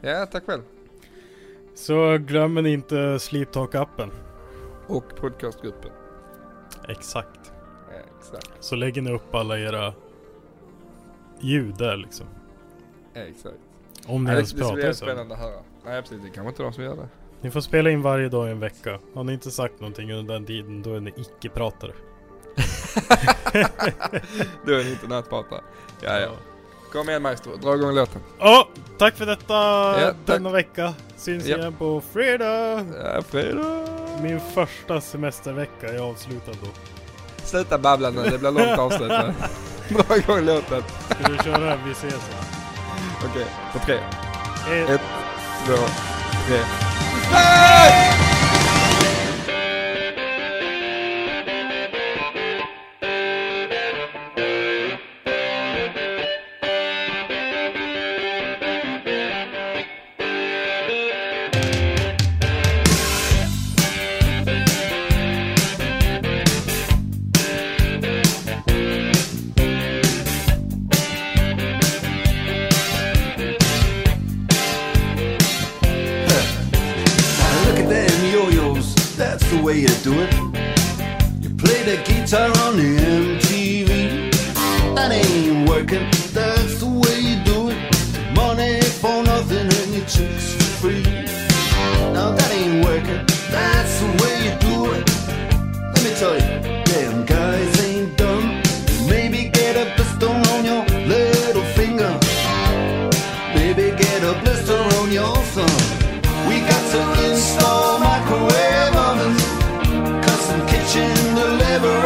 Ja, tack själv.
Så glömmer ni inte Sleep Talk appen.
Och podcastgruppen.
Exakt.
Ja, exakt,
Så lägger ni upp alla era ljud där liksom.
ja, exakt.
Om ni
Ja, det, det
ens
ska bli
pratar
jävligt
så.
spännande att höra. Nej precis, det är kanske inte de som gör det.
Ni får spela in varje dag i en vecka. Har ni inte sagt någonting under den tiden då är ni icke-pratare.
Då är ni inte nätpratare. Ja, ja. Kom igen maestro, dra igång låten.
Ja, tack för detta
tack.
denna vecka. Syns
Ja.
igen på fredag.
Ja, fredag!
Min första semestervecka är avslutad då.
Sluta babbla nu, det blir långt avslut nu. Dra igång låten.
Ska du köra? Vi ses.
Okej, på tre.
Ett.
Ett, två, tre.
way you do it. You play the guitar on the MTV. That ain't working, that's the way you do it. Money for nothing and your chicks for free. Now that ain't working, that's the way you do it. Let me tell you, damn guys ain't dumb. Maybe get a pistol on your little finger. Maybe get a blister on your thumb. We got to install microwave ovens, custom kitchen deliveries.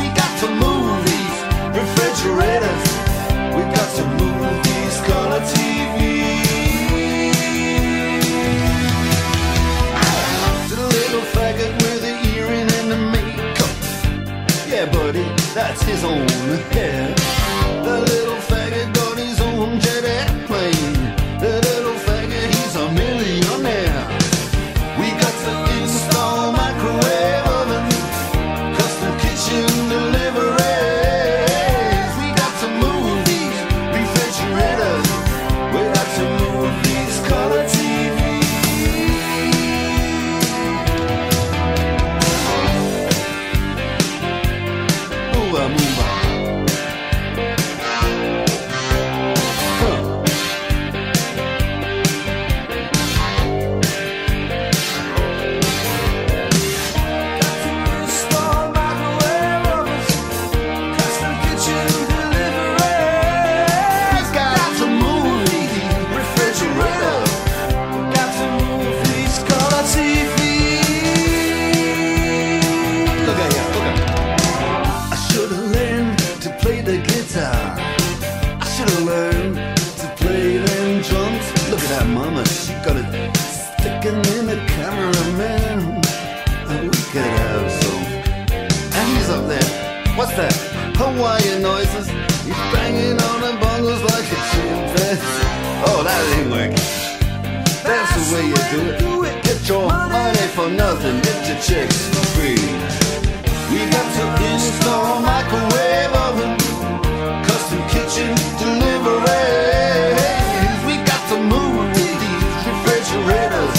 We got to movies, refrigerators. We got to movies, color TV. To the little faggot with the earring and the makeup. Yeah, buddy, that's his own hair. The little faggot got his own jet airplane. The little faggot, he's a millionaire. We got to install microwave oven, custom kitchen deliveries. We got to movies, refrigerators. We got to movies, color TV. Move on, move on. Huh. Install microwave ovens, custom kitchen deliveries. Got to movie refrigerator. Got to movies, color TV. Look at ya, look at ya. I should've learned to play the guitar. I should've learned to play them drums. Look at that mama, she got it sticking in the cameraman. And we could have some. And he's up there. What's that? Hawaiian noises. He's banging on the bongos like a chimpanzee. Oh, that ain't working. That's the way you do it. Get your money for nothing. Get your chicks for free. We got to install microwave oven, custom kitchen deliveries. We got to move these refrigerators.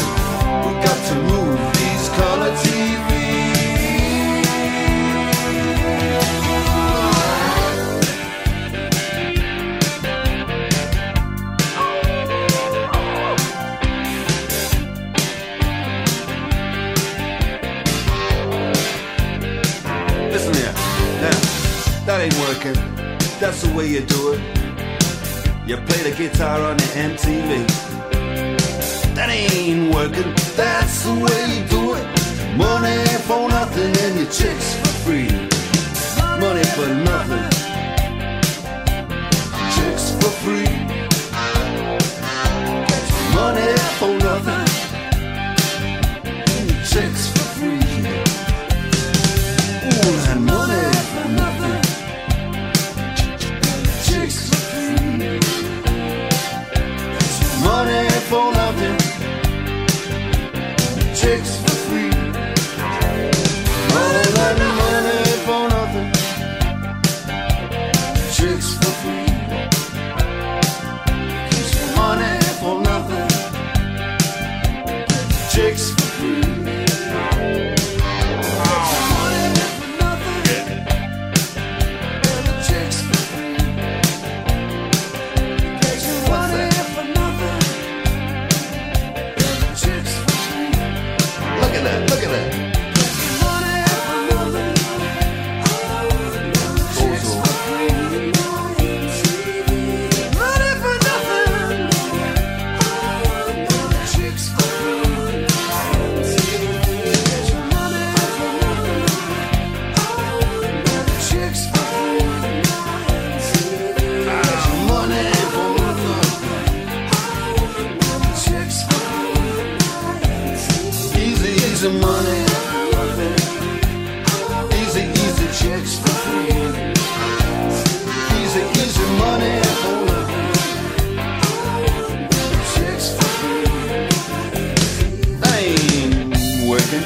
We got to move these color TVs. Listen here. Now, that ain't working. That's the way you do it. You play the guitar on the MTV. That ain't working. That's the way you do it. Money for nothing and your chicks for free. Money for nothing. Chicks for free. Money for nothing. and your Chicks for free. Ooh, and money for nothing. Chicks for free. Money for nothing. Chicks for free. Money, money, money for nothing. Chicks for free. Money for nothing. Chicks for free. Look at that, look at that. Money for nothing. Chicks for Easy, easy money. Easy, easy checks for free. Easy, easy money. Checks for free. That ain't working.